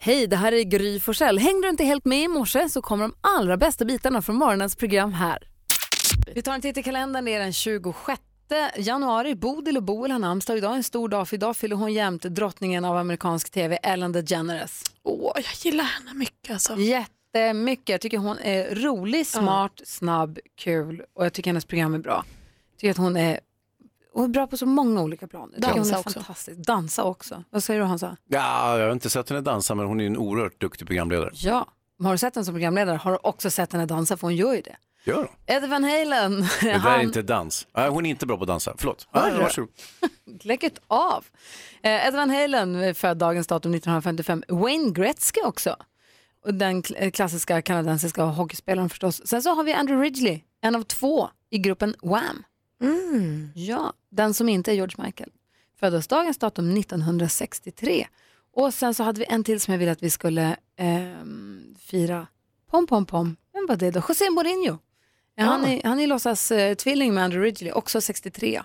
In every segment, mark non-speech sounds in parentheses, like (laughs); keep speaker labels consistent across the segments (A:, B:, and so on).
A: Hej, det här är Gry Forssell. Hängde du inte helt med i morse så kommer de allra bästa bitarna från morgonens program här. Vi tar en titt i kalendern. Det är den 26 januari. Bodil och Boel har namnsdag. Idag är en stor dag för idag fyller hon jämt drottningen av amerikansk tv, Ellen DeGeneres.
B: Åh, jag gillar henne mycket alltså.
A: Jättemycket. Jag tycker hon är rolig, smart, snabb, kul och jag tycker hennes program är bra. Jag tycker att hon är, hon är bra på så många olika plan. Jag tycker
B: Dansa
A: hon är
B: också.
A: fantastisk. Dansa också. Vad säger du Hansa?
C: Ja, jag har inte sett henne dansa, men hon är ju en oerhört duktig programledare.
A: Ja. Har du sett henne som programledare har du också sett henne dansa för hon gör ju det.
C: Gör hon?
A: Ed Van Halen,
C: Det där är
A: han
C: inte dans. Nej, hon är inte bra på att dansa. Förlåt. Ja,
A: Hörru.
C: Ah, varsågod.
A: lägget av. Eh, Ed Van Halen eh, född dagens datum 1955. Wayne Gretzky också. Och den kl- eh, klassiska kanadensiska hockeyspelaren förstås. Sen så har vi Andrew Ridgely, en av två i gruppen Wham.
B: Mm.
A: Ja, den som inte är George Michael. Föddes dagens datum 1963. Och sen så hade vi en till som jag ville att vi skulle ehm, fira. Pom, pom, pom. Vem var det då? José Mourinho. Ja. Han är, han är låtsas eh, tvilling med Andrew Ridgely, också 63.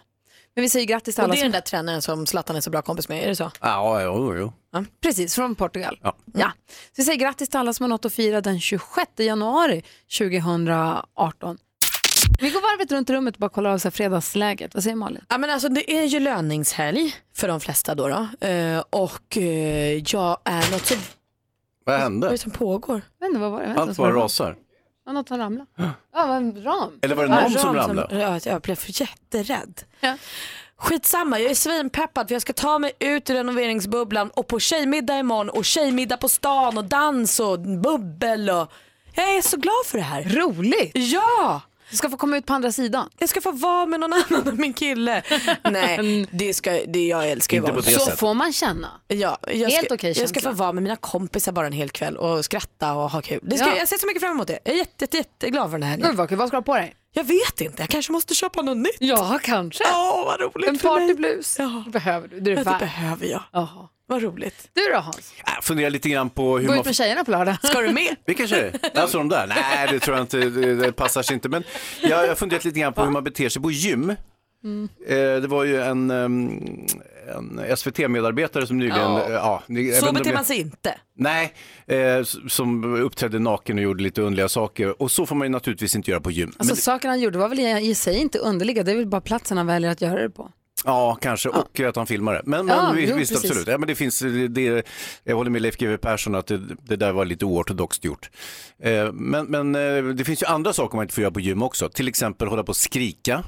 A: Men vi säger grattis till
B: Och
A: alla
B: det är
A: som
B: den där tränaren som Zlatan är så bra kompis med, är det så?
C: Ja, jo, jo.
A: Precis, från Portugal. Ja.
C: Ja.
A: Så vi säger grattis till alla som har något att fira den 26 januari 2018. Vi går varvet runt rummet och bara kollar av så här fredagsläget. Vad säger Malin?
B: Ja, men alltså, det är ju löningshelg för de flesta då. då. Eh, och eh, jag är något så... Vad är
C: Vad
B: det
C: hände?
B: som pågår?
A: Jag vet inte, vad var det? Jag vet inte
C: Allt
A: vad
C: bara
A: som var.
C: rasar.
A: Ja, Något som ramlade. Ja, vad en ram.
C: Eller var det
B: Ja,
C: någon som
B: ram
C: ramlade?
B: ja, jag blev för jätterädd.
A: Ja.
B: Skitsamma, jag är svinpeppad för jag ska ta mig ut ur renoveringsbubblan och på tjejmiddag imorgon och tjejmiddag på stan och dans och bubbel och... Jag är så glad för det här.
A: Roligt!
B: Ja!
A: Du ska få komma ut på andra sidan.
B: Jag ska få vara med någon annan än min kille.
A: (laughs)
B: Nej, det ska, det, jag älskar ju
C: Inte
B: vara
C: på det
B: så
A: Så
C: sättet.
A: får man känna.
B: Ja, jag
A: Helt
B: ska,
A: okej
B: jag ska
A: känsla.
B: få vara med mina kompisar bara en hel kväll och skratta och ha kul. Det ska,
A: Ja. Mm.
B: Jag ser så mycket fram emot det. Jag är jätte, jätte, jätteglad för den här helgen.
A: Gud vad kul, vad ska du ha på dig?
B: Jag vet inte, jag kanske måste köpa något nytt.
A: Ja, kanske.
B: Åh, vad roligt
A: En
B: för mig.
A: partyblus.
B: Ja.
A: Det behöver du. Det är
B: Ja,
A: du
B: Det
A: färdig.
B: behöver jag.
A: Jaha.
B: Vad roligt.
A: Du då Hans?
C: Jag funderar Äh, lite grann på hur
A: Gå
C: man...
A: ut med tjejerna på lördag.
B: Ska du
C: (laughs)
B: med? (laughs)
C: Vilka tjejer? Alltså de där? Nej, det tror jag inte. Det, det passar sig inte. Men jag jag har funderat lite grann på hur man beter sig på gym.
B: Mm.
C: Eh, Det var ju en, ehm, en SVT-medarbetare som nyligen...
B: Ja.
C: eh, Ja. ni- även
B: Så
C: om
B: beter
C: jag-
B: man sig inte.
C: Nej, eh, s- som uppträdde naken och gjorde lite underliga saker. Och så får man ju naturligtvis inte göra på gym.
A: Alltså
C: Men,
A: sakerna han gjorde var väl i- i sig inte underliga, det är väl bara platsen han väljer att göra det på.
C: ja, kanske. Och att han filmar det. Men,
A: Ja,
C: men vi-
A: jo,
C: visst,
A: precis.
C: absolut. Ja, men det finns, det, det, jag håller med Leif GW Persson att det, det där var lite oortodoxt gjort. Eh, men men eh, det finns ju andra saker man inte får göra på gym också. Till exempel hålla på och skrika.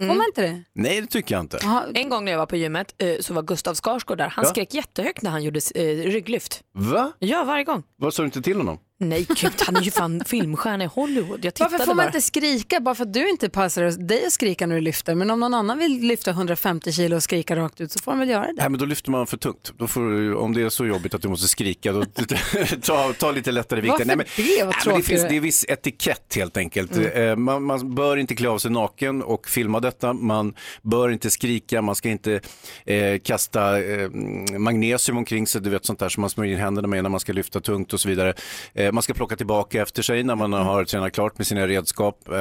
A: Får man inte det?
C: Nej, det tycker jag inte.
A: Jaha,
B: En gång när jag var på gymmet eh, så var Gustav Skarsgård där. Han
C: Ja.
B: skrek jättehögt när han gjorde eh, rygglyft.
C: Va?
B: Ja, varje gång.
C: Vad sa du inte till honom?
B: Nej, gud, han är ju fan (laughs) filmstjärna i Hollywood. Jag tittade
A: Varför får man
B: bara.
A: inte skrika bara för att du inte passar dig att skrika när du lyfter? Men om någon annan vill lyfta 150 kilo och skrika rakt ut så får de väl göra det.
C: Nej, men då lyfter man för tungt. Då får, du- om det är så jobbigt att du måste skrika, då (laughs) ta, ta lite lättare vikter.
A: Varför
C: Nej, men,
A: det? Vad
C: nej, men det,
A: tråkigt Mm.
C: finns,
A: det är.
C: det är viss etikett helt enkelt. Eh, Man, man bör inte klä av sig naken och filma detta. Man bör inte skrika, man ska inte eh, kasta eh, magnesium omkring sig, du vet sånt där som man smörjer in händerna med när man ska lyfta tungt och så vidare. Eh, man ska plocka tillbaka efter sig när man har tränat klart med sina redskap. Eh,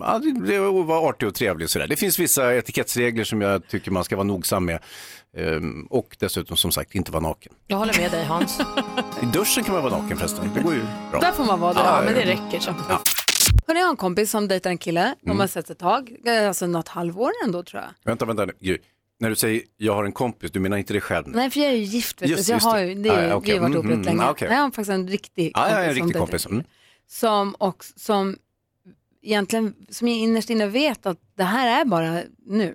C: ja, det, det och vara artig och trevlig och sådär. Det finns vissa etikettsregler som jag tycker man ska vara nogsam med. Ehm, och dessutom som sagt inte vara naken.
B: Jag håller med dig Hans.
C: I duschen kan man vara naken förresten, det går ju bra.
A: Där får man vara det.
B: Ja, men det räcker så.
A: Hörrni, jag har en kompis som dejtar en kille.
C: Mm.
A: De har sett ett tag, eh, alltså något halvår ändå tror jag.
C: Vänta, vänta nu. Gry, När du säger jag har en kompis, du menar inte dig själv? nu?
A: Nej, för jag är ju gift. vet du,
C: Just-
A: så jag
C: just
A: har
C: det.
A: ju, det
C: Ah,
A: är,
C: ja,
A: vi
C: okej.
A: har varit
C: Mm,
A: ihop rätt
C: mm,
A: länge.
C: ah, okej. Ah,
A: Nej, jag har faktiskt en riktig
C: Ja,
A: kompis.
C: jag är en
A: som
C: riktig
A: dejtar
C: kompis.
A: en kille.
C: Mm.
A: Som, och, som egentligen, som jag innerst inne vet att det här är bara nu.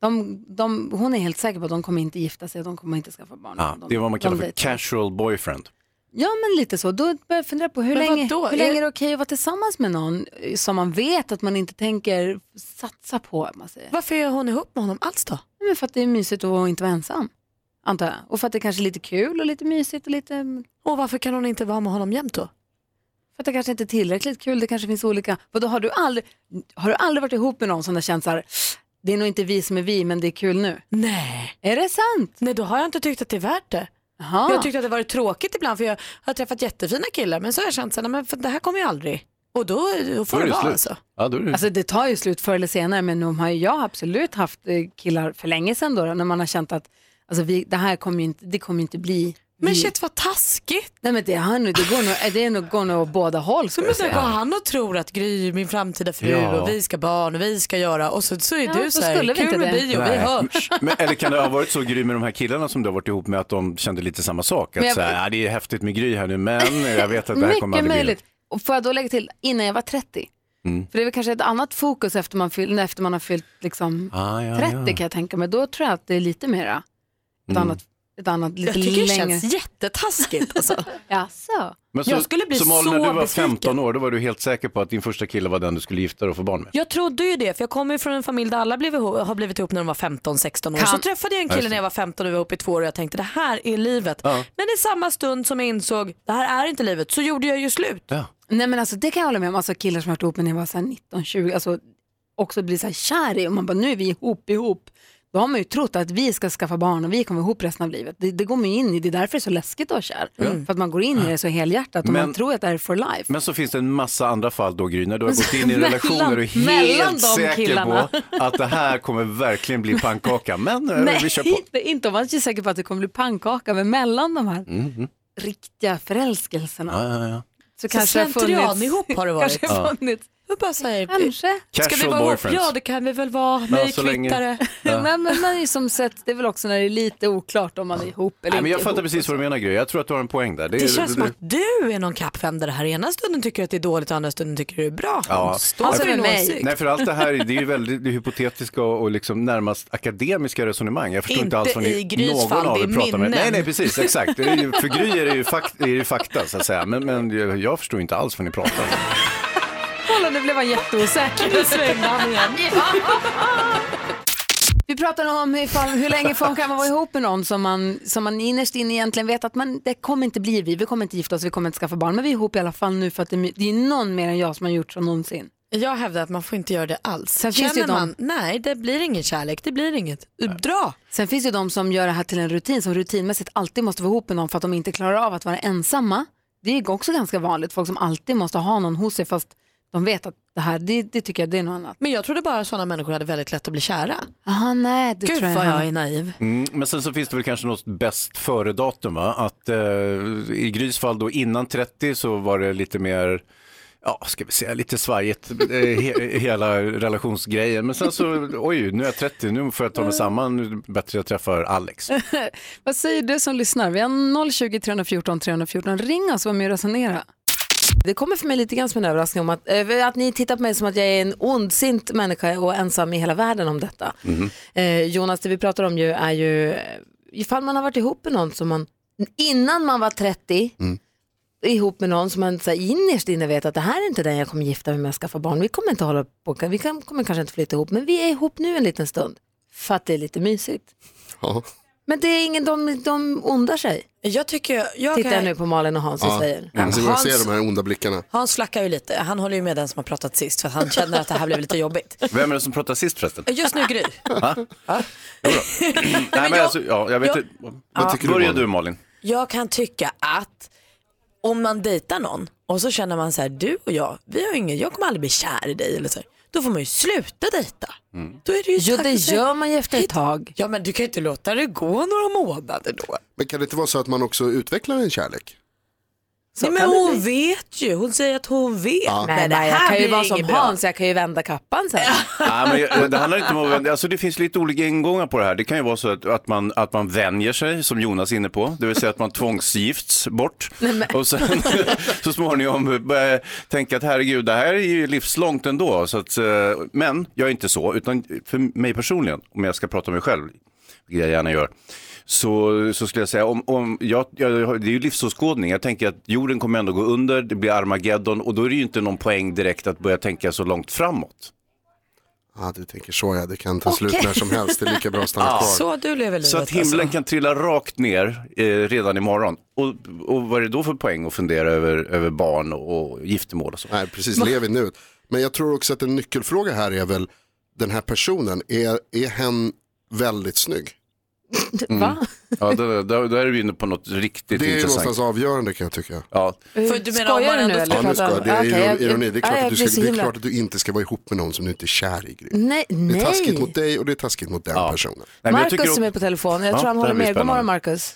A: De, de, hon är helt säker på att de kommer inte gifta sig, de kommer inte skaffa barn.
C: Ja,
A: de,
C: Ah, det är vad man
A: de
C: kallar för
A: dejtar.
C: casual boyfriend.
A: Ja, men lite så. Då börjar jag fundera på hur
B: Men
A: länge,
B: vadå?
A: hur
B: Är-
A: länge är det okej att vara tillsammans med någon eh, som man vet att man inte tänker satsa på. om Man säger.
B: Varför är hon ihop med honom alls då?
A: Men för att det är mysigt att inte vara ensam, antar jag. Och för att det kanske är lite kul och lite mysigt och lite...
B: Och varför kan hon inte vara med honom jämt då?
A: För att det kanske inte är tillräckligt kul, det kanske finns olika... Vadå, har, du aldrig, har du aldrig varit ihop med någon som har känt så här, det är nog inte vi som är vi, men det är kul nu?
B: Nej.
A: Är det sant?
B: Nej, då har jag inte tyckt att det är värt det.
A: Jaha.
B: Jag tyckte att det varit tråkigt ibland för jag har träffat jättefina killar men så har jag känt så här, nej, men för det här kommer ju aldrig. Och då, då får
C: Då är
B: det,
C: det
B: vara
C: slut.
B: alltså.
C: Ja, då är det...
A: Alltså det tar ju slut förr eller senare men de har ju jag har absolut haft eh, killar för länge sedan då, då när man har känt att alltså, vi, det här kommer ju inte, det kommer ju inte bli
B: Men shit vad taskigt.
A: Nej men det, han, det, går, nog, det är nog, går nog åt båda håll.
B: Så
A: skulle
B: men
A: jag
B: sen
A: säga.
B: går han och tror att Gry är min framtida fru
C: Ja.
B: och vi ska barn och vi ska göra och så, så är
A: Ja,
B: du
A: så
B: så här,
A: skulle vi
B: kul
A: inte
B: med
A: det."
B: bio, vi
C: Nej.
B: hörs.
C: (laughs) Men, eller kan det ha varit så Gry med de här killarna som du har varit ihop med att de kände lite samma sak? Att
A: Men jag-
C: så här, ja, det är häftigt med Gry här nu men jag vet att det här kommer
A: Mycket
C: aldrig bli Mm.
A: möjligt. Och får jag då lägga till, innan jag var 30. För det är väl kanske ett annat fokus efter man, fyll, efter man har fyllt liksom
C: Ah, ja,
A: 30
C: ja. Mm.
A: kan jag tänka mig. Då tror jag att det är lite mera, ett annat, ett annat lite
B: Jag tycker det
A: längre.
B: känns jättetaskigt. Alltså.
A: Jaså?
C: Men
B: Jag skulle bli
C: Malin,
B: så
C: när du var
B: besviken.
C: 15 år, då var du helt säker på att din första kille var den du skulle gifta dig och få barn med.
B: Jag trodde ju det, för jag kommer ju från en familj där alla blev ihop, har blivit ihop när de var 15-16 år.
A: Kan-
B: Så träffade jag en
C: Just
B: kille
C: det.
B: när jag var 15 och vi var ihop i två år och jag tänkte det här är livet.
C: Ja.
B: Men i samma stund som jag insåg det här är inte livet så gjorde jag ju slut.
C: Ja.
A: Nej men alltså det kan jag hålla med om. Alltså killar som har varit ihop när jag var så här 19, 20, alltså också blir så här kär i och man bara nu är vi ihop, ihop. Då har man ju trott att vi ska skaffa barn och vi kommer ihop resten av livet. Det, det går man ju in i, det är därför det är så läskigt att vara kär. För att man går in i det så helhjärtat och
C: Men-
A: man tror att det här är for life.
C: Men så finns det en massa andra fall då Gry, när du har
B: (laughs)
C: gått in i
A: Mellan-
C: relationer och är
A: mellan
C: helt
A: de
C: säker
A: killarna.
C: på att det här kommer verkligen bli pannkaka. Men eh,
A: Nej,
C: vi kör på.
A: inte, inte om man är inte säker på att det kommer bli pannkaka, men mellan de här riktiga förälskelserna
C: Mhm. Ja, ja, ja.
A: så
B: Så
A: kanske det har
B: slentrian
A: funnits.
B: ihop har det
A: (laughs)
B: varit.
A: Kanske har funnits.
B: Jag bara säger,
A: Kanske.
B: ska vi
C: Casual
B: vara ihop?
C: boyfriends.
B: Ja det kan vi väl vara, vi
C: Men
B: är
C: så länge-
B: kvittare.
C: Ja.
A: Nej, men man är ju som sett, det är väl också när det är lite oklart om man är ihop eller
C: Nej, men jag
A: inte
C: fattar
A: ihop.
C: precis vad du menar Gry, jag tror att du har en poäng där.
B: Det känns som att du är någon kappvändare här. Ena stunden tycker du att det är dåligt och andra stunden tycker du det är bra.
C: Ja.
B: Står
A: Alltså,
B: för din
A: med mig.
B: åsikt.
C: Nej, för allt det här det är ju väldigt det är hypotetiska och, och liksom närmast akademiska resonemang. Jag förstår inte,
B: Inte
C: alls vad
B: i
C: ni,
B: Grys
C: någon
B: fall,
C: av
B: det
C: er
B: är
C: pratar med. Nej,
B: minnen.
C: nej, precis, exakt. Det är ju, för Gry är det ju fakta, är det ju fakta så att säga. Men, men jag- jag förstår inte alls vad ni pratar om.
A: Kolla, nu blev han jätteosäker. Nu svängde han igen. (laughs) Vi pratade om ifall, hur länge får man kan man vara ihop med någon som man, som man innerst inne egentligen vet att man, det kommer inte bli vi, vi kommer inte gifta oss, vi kommer inte skaffa barn, men vi är ihop i alla fall nu för att det, är my- det är någon mer än jag som har gjort så någonsin.
B: Jag hävdar att man får inte göra det alls.
A: Sen
B: Känner
A: finns det ju de-
B: man, nej det blir ingen kärlek, det blir inget, dra.
A: Sen finns ju de som gör det här till en rutin, som rutinmässigt alltid måste vara ihop med någon för att de inte klarar av att vara ensamma. Det är också ganska vanligt, folk som alltid måste ha någon hos sig fast de vet att det här, det, det tycker jag det är något annat.
B: Men jag trodde bara sådana människor hade väldigt lätt att bli kära.
A: Jaha, nej, det
B: Gud
A: tror
B: vad
A: jag
B: jag är naiv.
C: Mm, men sen så finns det väl kanske något bäst före-datum va? Att eh, i Grys fall då innan 30 så var det lite mer, ja ska vi säga lite svajigt, eh, he- hela relationsgrejen. Men sen så, oj nu är jag 30, nu får jag ta mig samman, nu är det bättre jag träffar Alex.
A: Vad säger du som lyssnar? Vi har 020 314 314. Ring oss och var med och resonera.
D: Det kommer för mig lite grann som en överraskning om att, eh, att ni tittar på mig som att jag är en ondsint människa och ensam i hela världen om detta. Eh, Jonas, det vi pratar om ju är ju eh, ifall man har varit ihop med någon som man innan man var 30 ihop med någon som man så här, innerst inne vet att det här är inte den jag kommer gifta mig med och skaffa barn. Vi kommer inte hålla på, vi kan, kommer kanske inte flytta ihop, men vi är ihop nu en liten stund för att det är lite mysigt.
E: Ja.
D: Men det är ingen, de, de ondar sig.
B: Jag tycker, jag
D: Tittar jag
B: kan,
D: nu på Malin och Hans och säger.
E: Mm. Så jag
B: Hans-
E: ser de här onda blickarna.
B: Hans flackar ju lite, han håller ju med den som har pratat sist för att han känner att det här blev lite jobbigt.
C: Vem är det som pratar sist förresten?
B: Just nu Gry.
C: Nej, men
B: jag-
C: alltså, ja, jag vet
B: jag-
C: inte.
E: Vad tycker du,
C: Börja
E: Malin?
C: du Malin.
B: Jag kan tycka att om man dejtar någon och så känner man så här, du och jag, vi har ingen, jag kommer aldrig bli kär i dig eller så här. Då får man ju sluta dejta. Då är det ju
D: Jo
B: dags
D: det
B: att säga-
D: gör man ju efter ett tag.
B: Ja men du kan ju inte låta det gå några månader då.
E: Men kan det inte vara så att man också utvecklar en kärlek?
B: Nej, men
D: kan det
B: hon vet ju, hon säger att hon vet.
D: Nej, nej, jag kan ju
B: blir
D: vara
B: inget
D: som
B: bra.
D: Hans, jag kan ju vända kappan sen.
C: Nej, men jag- det handlar inte om att vänja. Alltså, det finns lite olika ingångar på det här. Det kan ju vara så att, att, man, att man vänjer sig, som Jonas är inne på, det vill säga att man tvångsgifts bort. Och sen (laughs) så småningom börjar tänka att herregud, det här är ju livslångt ändå. Så att, eh, men jag är inte så, utan för mig personligen, om jag ska prata om mig själv, vilket jag gärna gör, så, så skulle jag säga, om, om, jag, jag, det är ju livsåskådning. Jag tänker att jorden kommer ändå gå under, det blir Armageddon och då är det ju inte någon poäng direkt att börja tänka så långt framåt.
E: Ja, du tänker så ja, det kan ta slut när som helst, det är lika bra (laughs) att stanna kvar.
B: Så du lever livet
C: Så att himlen
B: alltså.
C: kan trilla rakt ner eh, redan imorgon. Och, och vad är det då för poäng att fundera över, över barn och, och giftermål och så?
E: Nej, precis, lev i nuet. Men jag tror också att en nyckelfråga här är väl, den här personen, är, är hen väldigt snygg? Mm.
D: Va?
C: Ja, då, då, då är vi inne på något riktigt
E: Det är ju någonstans
C: intressant.
E: avgörande kan jag tycka.
C: Ja.
B: För du menar om
D: Skojar
B: man
D: du nu eller?
B: ändå
E: Ja, nu ska jag. Det är
D: Okej, jag-
E: ju ironi. Det är, klart
D: Ja,
E: att
D: jag
E: du
D: blir
E: ska,
D: så
E: det är
D: himla-
E: klart att du inte ska vara ihop med någon som du inte är kär i. Gry.
D: Nej,
E: Det är taskigt
D: nej.
E: mot dig och det är taskigt mot den personen.
C: Nej, men jag
D: Marcus
C: tycker
D: som är
C: också-
D: på telefon, jag
C: Ja,
D: tror han
C: det här
D: håller
C: blir
D: med. God morgon
C: spännande.
D: Marcus.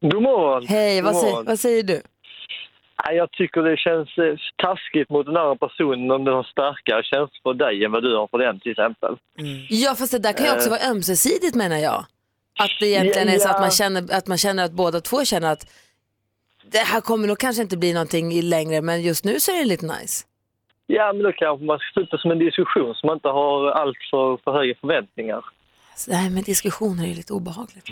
F: God morgon!
B: Mm.
A: Hej,
F: God
A: vad, säger-
F: morgon.
A: vad säger du?
F: Nej, Jag tycker det känns eh, taskigt mot den andra personen om den har starkare känslor för dig än vad du har för den till exempel.
A: Ja, fast det där kan ju
B: Eh.
A: också vara ömsesidigt menar jag. Att det egentligen är så att man känner att, man känner att båda två känner att det här kommer nog kanske inte bli någonting i längre, men just nu så är det lite nice.
F: Ja, men då kanske man ska sluta som en diskussion så man inte har allt för, för höga förväntningar.
A: Så det här med diskussioner är ju lite obehagligt.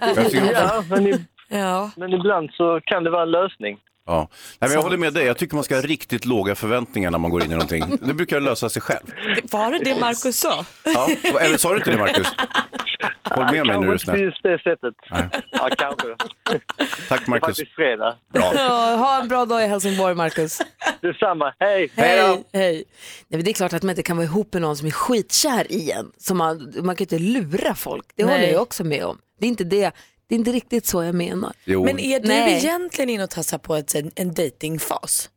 C: Jag tycker-
F: Ja, men, i,
B: Ja.
F: men ibland så kan det vara en lösning.
C: Ja. Nej, men jag håller med dig, jag tycker man ska ha riktigt låga förväntningar när man går in i någonting. Det brukar lösa sig själv.
B: Var det det Markus sa?
C: Ja. Eller sa du inte det Marcus? Håll med mig nu är du
F: Kanske
C: snäll.
F: precis det sättet. Ja, kanske.
C: (laughs) Tack Marcus.
F: Faktiskt fredag.
A: Ja, ha en bra dag i Helsingborg, Markus.
F: Detsamma, hej!
A: Hej, hej. Nej, men det är klart att man inte kan vara ihop med någon som är skitkär i en. Så man, man kan ju inte lura folk, det
B: Nej.
A: håller jag också med om. Det är inte det. Det är inte riktigt så jag menar.
C: Jo.
B: Men är du
A: Nej.
B: egentligen inne och tassar på ett, en, en datingfas?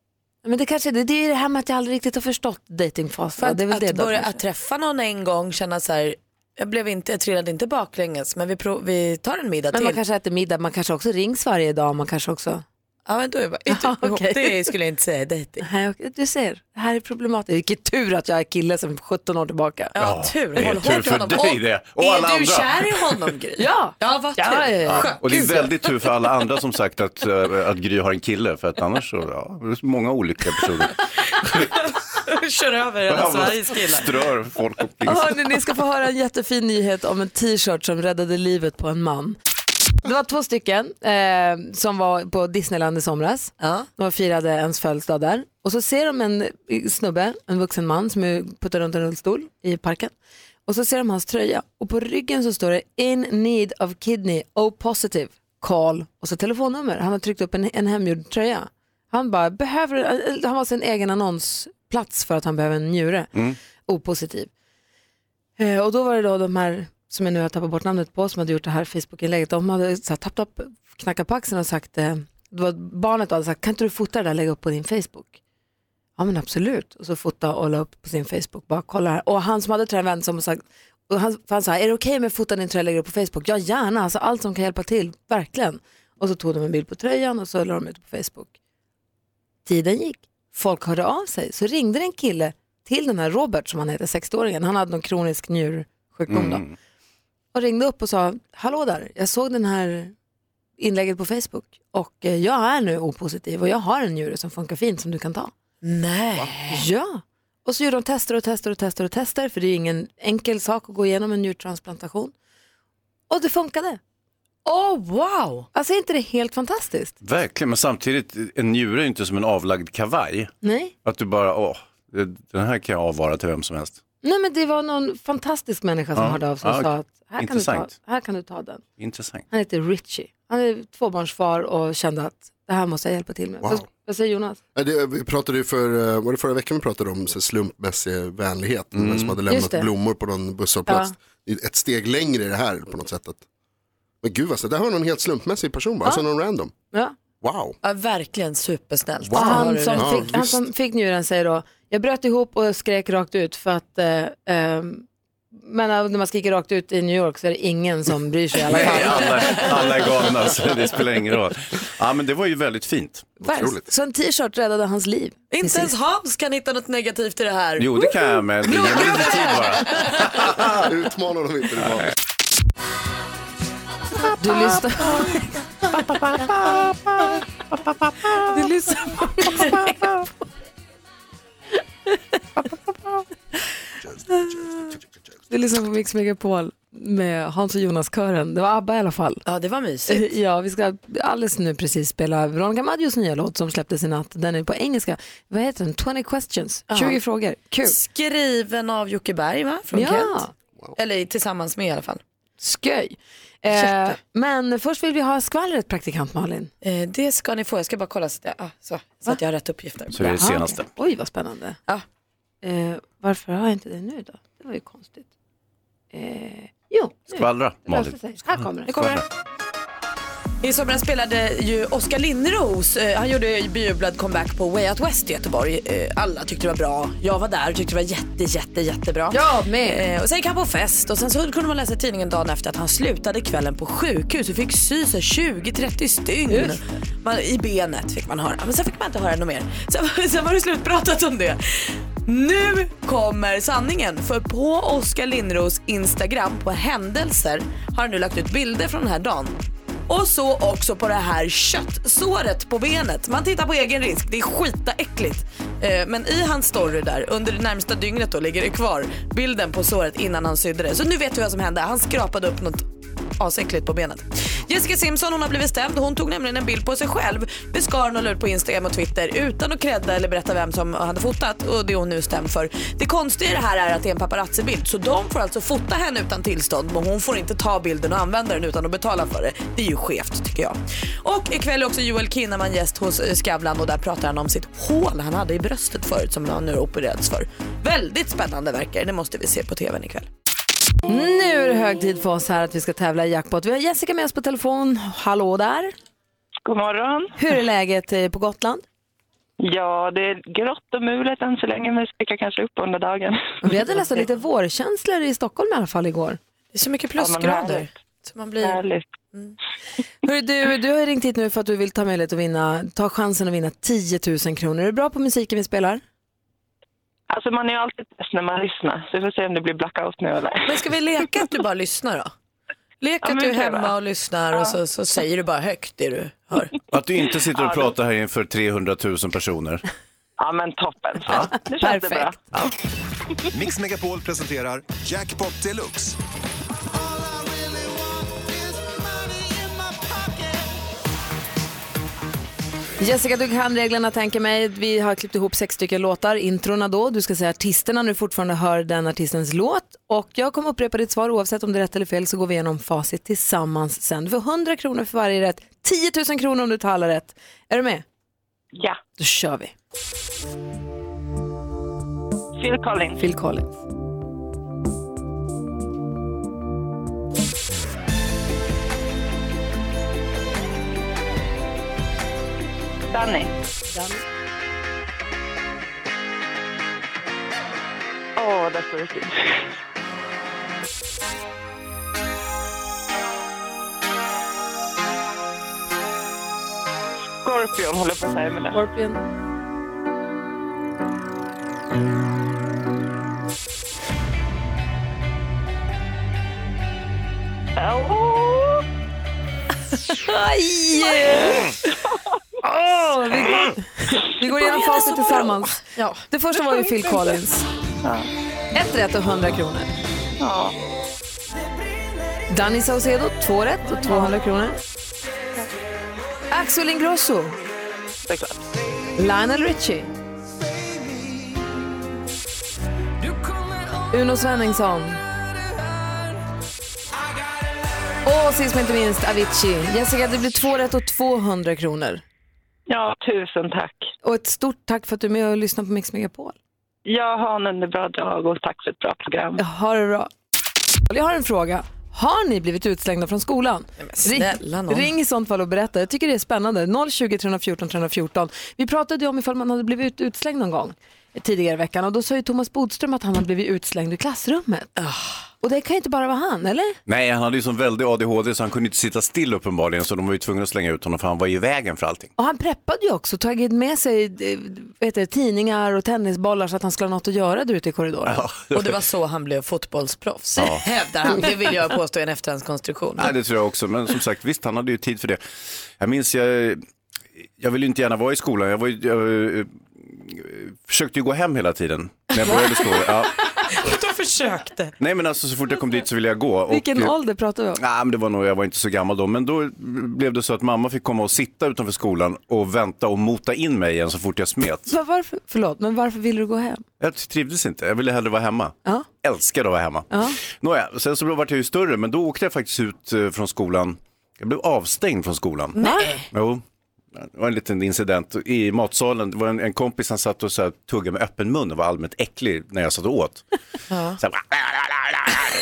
A: Men det kanske det, det är det här med att jag aldrig riktigt har förstått dejtingfasen.
B: För att,
A: det är väl
B: att
A: det då,
B: börja
A: kanske.
B: att träffa någon en gång, känna så här, jag, blev inte, jag trillade inte baklänges men vi, prov, vi tar en middag
A: Men man
B: till.
A: kanske äter middag, man kanske också rings varje dag. Man kanske också...
B: Ja men då är det bara, (laughs) inte ihop.
A: okej.
B: det skulle jag inte säga
A: (laughs)
B: är dejting.
A: Nej, okej, du ser, det här är problematiskt. Vilken tur att jag är kille sedan 17 år tillbaka.
B: Ja, tur.
C: det är
B: Håll
C: tur
B: hårt i
C: för
B: honom.
C: dig det, och
B: är
C: alla
B: du
C: andra.
B: kär i honom Gry?
A: Ja.
B: ja vad tur.
A: Ja, ja, ja.
B: Skönt.
C: Och det är väldigt tur för alla andra som sagt att, eh, att Gry har en kille, för att annars så, ja, det är så många olyckliga personer.
B: Kör över hela Sveriges killar.
C: Strör folk omkring sig.
A: Hörni, ni ska få höra en jättefin nyhet om en t-shirt som räddade livet på en man. Det var två stycken eh, som var på Disneyland i somras.
B: Ja.
A: De firade ens födelsedag där. Och så ser de en snubbe, en vuxen man som är- puttar runt en rullstol i parken. Och så ser de hans tröja och på ryggen så står det In need of kidney, O positive, call och så telefonnummer. Han har tryckt upp en, en hemgjord tröja. Han bara behöver, eh, han har sin egen annonsplats för att han behöver en njure. O positiv. Eh, och då var det då de här som jag nu har tappat bort namnet på som hade gjort det här Facebook-inlägget. De hade så här, tappat upp, knackat på axeln och sagt, eh, det var barnet hade sagt, kan inte du fota det där och lägga upp på din Facebook? Ja men absolut. Och så fota och la upp på sin Facebook, bara kolla här. Och han som hade tröjan vände sig om och sagt, och han, för han sa, är det okej med att fota din tröja och lägga upp på Facebook? Ja gärna, alltså allt som kan hjälpa till, verkligen. Och så tog de en bild på tröjan och så la de ut på Facebook. Tiden gick, folk hörde av sig, så ringde det en kille till den här Robert som han heter, 60-åringen, han hade någon kronisk njursjukdom då.
C: Mm.
A: Och ringde upp och sa, hallå där, jag såg den här inlägget på Facebook och eh, jag är nu opositiv och jag har en njure som funkar fint som du kan ta.
B: Nej.
C: Äh.
A: Ja, och så gjorde de tester och tester och tester och tester för det är ju ingen enkel sak att gå igenom en njurtransplantation. Och det funkade.
B: Åh oh, wow.
A: Alltså är inte det helt fantastiskt?
C: Verkligen, men samtidigt, en njure är inte som en avlagd kavaj.
A: Nej.
C: Att du bara, åh, det- den här kan jag avvara till vem som helst.
A: Nej men det var någon fantastisk människa som
C: Ja,
A: hörde av sig och
C: ja,
A: sa att här kan, du ta,
C: intressant.
A: här kan du ta den.
C: Intressant.
A: Han heter Richie. Han är tvåbarnsfar och kände att det här måste jag hjälpa till med.
E: Wow.
A: Vad, vad säger Jonas?
E: Nej, det, vi pratade ju för, eh, var det förra veckan vi pratade om så här slumpmässig vänlighet, Den som hade
A: Mm. Just
E: lämnat
A: det.
E: blommor på någon busshållplats. Det är Ett steg längre i det här på något sätt. Att, men gud alltså, det här var någon helt slumpmässig person bara, alltså någon random.
A: Ja.
E: Wow.
B: Ja, verkligen supersnällt.
E: Wow.
B: Ja, har
A: Han,
B: du
A: som
B: rätt.
E: Ja,
A: fick, han
E: visst.
A: som fick njuren säger då, jag bröt ihop och skrek rakt ut för att eh, ehm, men när man skriker rakt ut i New York så är det ingen som bryr sig
E: (laughs)
A: i alla
C: Nej,
A: fall.
C: alla, alla är galna, så det spelar ingen roll. Ja, men det var ju väldigt fint.
E: Otroligt.
A: Så en t-shirt räddade hans liv.
B: Inte ens Hans kan hitta något negativt i det här.
C: Jo, det kan jag med. Ge mig lite tid bara.
E: Utmana dem inte. det var-
A: Du lyssnar... (laughs) du lyssnar på Mix Megapol. Du lyssnar på Mix Megapol med Hans och Jonas-kören. Det var ABBA i alla fall. (laughs)
B: Ja det var mysigt.
A: Ja, vi ska alldeles nu precis spela Veronica Maggios nya låt som släpptes i natt. Den är på engelska. Vad heter den? 20 questions. 20 frågor. Kul.
B: Skriven av Jocke Berg va? Från
A: Ja.
B: Kent. Eller tillsammans med i alla fall.
A: Sköj. Eh,
B: Jätte.
A: men först vill vi ha skvallret, praktikant Malin.
B: Eh, det ska ni få, jag ska bara kolla så att jag, ah, så, så att jag har rätt uppgifter.
C: Så det är det senaste.
A: Oj, vad spännande.
B: Ja.
A: Eh, varför har jag inte det nu då? Det var ju konstigt. Eh, jo, nu
C: Skvallra,
A: löste
C: Malin.
A: sig. Här kommer det.
B: Nu kommer det. I somras spelade ju Oskar Lindros, eh, han gjorde ju bejublad comeback på Way Out West i Göteborg. Eh, Alla tyckte det var bra, jag var där och tyckte det var jätte, jätte, jättebra.
A: Jag med.
B: Eh, och sen gick han på fest och sen så kunde man läsa i tidningen dagen efter att han slutade kvällen på sjukhus och fick sy så här 20-30 stygn man, i benet fick man höra. Men sen fick man inte höra något mer. Sen, (laughs) sen var det slutpratat om det. Nu kommer sanningen för på Oskar Lindros Instagram på händelser har han nu lagt ut bilder från den här dagen. Och så också på det här köttsåret på benet. Man tittar på egen risk, det är skita äckligt. Eh, Men i hans story där, under det närmsta dygnet då, ligger det kvar bilden på såret innan han sydde det. Så nu vet vi vad som hände. Han skrapade upp något asäckligt på benet. Jessica Simpson hon har blivit stämd. Hon tog nämligen en bild på sig själv, beskar den och la ut på Instagram och Twitter utan att credda eller berätta vem som hade fotat och det är hon nu stämd för. Det konstiga i det här är att det är en paparazzi-bild så de får alltså fota henne utan tillstånd men hon får inte ta bilden och använda den utan att betala för det. Det är ju skevt tycker jag. Och ikväll är också Joel Kinnaman gäst hos eh, Skavlan och där pratar han om sitt hål han hade i bröstet förut som han nu har opererats för. Väldigt spännande verkar det. Det måste vi se på tvn ikväll.
A: Mm. Nu är det hög tid för oss här att vi ska tävla i jackpot. Vi har Jessica med oss på telefon. Hallå där.
G: God morgon.
A: Hur är läget eh, på Gotland?
G: Ja, det är grått och mulet än så länge, men det pekar kanske upp under dagen.
A: Vi hade nästan lite vårkänslor i Stockholm i alla fall igår.
B: Det är så mycket
G: Ja, men härligt.
B: plusgrader. Så man blir...
G: Härligt.
A: Hur du, du har ju ringt hit nu för att du vill ta möjlighet att vinna, ta chansen att vinna 10 000 kronor. Är du bra på musiken vi spelar?
G: Alltså man är ju alltid bäst när man lyssnar, så vi får se om det blir blackout nu eller?
B: Men ska vi leka att du bara lyssnar då? Lek
G: Ja,
B: att
G: men
B: du är
G: det kan jag
B: hemma
G: vara.
B: och lyssnar och så, så säger du bara högt det du hör.
C: Att du inte sitter och pratar här inför 300 000 personer.
G: Ja, men toppen. Ja. Nu känns det bra.
H: Mix Megapol presenterar Jackpot Deluxe.
A: Jessica, du kan reglerna tänker mig. Vi har klippt ihop sex stycken låtar, introna då. Du ska säga artisterna nu fortfarande hör den artistens låt. Och jag kommer upprepa ditt svar oavsett om det är rätt eller fel så går vi igenom facit tillsammans sen. Du får 100 kronor för varje rätt, 10 000 kronor om du tar alla rätt. Är du med?
G: Ja,
A: Då kör vi.
G: Phil Collins,
A: Phil Collins,
G: Danny. Åh, där står det fint. Scorpion håller på att säga med det.
A: Scorpion,
G: Åh!
A: Vi går igenom facit tillsammans.
B: Ja.
A: Det första var ju Phil Collins. Ett rätt och 100 kronor.
G: Ja.
A: Danny Saucedo, två rätt och 200 kronor. Axel Ingrosso,
G: Såklart.
A: Lionel Richie. Uno Svenningsson. Och sist men inte minst Avicii. Jessica, det blir två rätt och 200 kronor.
G: Ja, tusen tack.
A: Och ett stort tack för att du är med och lyssnar på Mix Megapol.
G: Jag har en underbar dag och tack för ett bra program.
A: Jag har det bra. Jag har en fråga. Har ni blivit utslängda från skolan?
B: snälla nån.
A: ring, ring i sånt fall och berätta. Jag tycker det är spännande. 020 314 314. Vi pratade ju om ifall man hade blivit ut- utslängd någon gång tidigare i veckan och då sa ju Thomas Bodström att han hade blivit utslängd i klassrummet.
B: Ah.
A: Och det kan ju inte bara vara han, eller?
C: Nej, han hade ju sån väldig ADHD så han kunde inte sitta still uppenbarligen så de var ju tvungna att slänga ut honom för han var ju i vägen för allting.
A: Och han preppade ju också, tagit med sig eh, vad heter det, tidningar och tennisbollar så att han skulle ha något att göra där ute i korridoren.
B: Och det var så han blev fotbollsproffs, (laughs) hävdar han. Det vill jag påstå är en efterhandskonstruktion.
C: Nej, det tror jag också. Men som sagt, visst, han hade ju tid för det. Jag minns, jag, jag ville ju inte gärna vara i skolan. Jag, var, ju- jag eh, försökte ju gå hem hela tiden när jag började skolan.
A: (laughs)
C: Ja.
B: Du försökte.
C: Nej, men alltså så fort jag kom dit så ville jag gå. Och,
A: Vilken
C: eh,
A: ålder pratar vi om?
C: Nej, men det var nog, jag var inte så gammal då, men då blev det så att mamma fick komma och sitta utanför skolan och vänta och mota in mig igen så fort jag smet.
A: Va- Varför, förlåt, men varför ville du gå hem?
C: Jag trivdes inte, jag ville hellre vara hemma.
A: Ja.
C: Älskade att vara hemma.
A: Ja.
C: Nåja, sen så blev jag ju större,
B: Mm.
C: men då åkte jag faktiskt ut eh, från skolan. Jag blev avstängd från skolan.
B: Nej.
C: Jo, Det var en liten incident i matsalen. Det var en, en kompis som satt och så här, tuggade med öppen mun och var allmänt äcklig när jag satt och åt. Så här,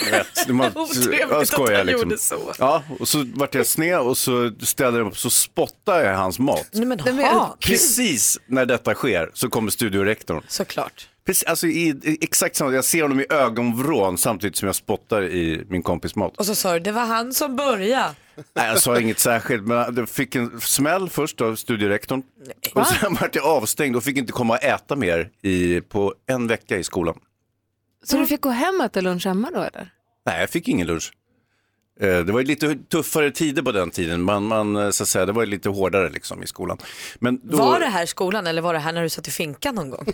C: du vet, det var-
B: (laughs) Otrevligt
C: jag skojar, liksom.
B: att han gjorde så.
C: Ja, och så vart jag sned och så ställde jag mig upp så spottade jag hans mat.
B: Nej, men
A: men-
B: ha,
C: Precis när detta sker så kommer studiorektorn.
B: såklart.
C: Precis, alltså i, i, exakt samma, jag ser honom i ögonvrån samtidigt som jag spottar i min kompis mat.
B: Och så sa du, det var han som började.
C: Nej, jag sa inget särskilt, men jag fick en smäll först av studierektorn. Och sen vart jag avstängd och fick inte komma och äta mer i, på en vecka i skolan.
A: Så du fick gå hem och äta lunch hemma då eller?
C: Nej, jag fick ingen lunch. Eh, Det var ju lite tuffare tider på den tiden, man, man, eh, så att säga, det var ju lite hårdare liksom i skolan. Men då,
B: Var det här i skolan eller var det här när du satt i finkan någon gång?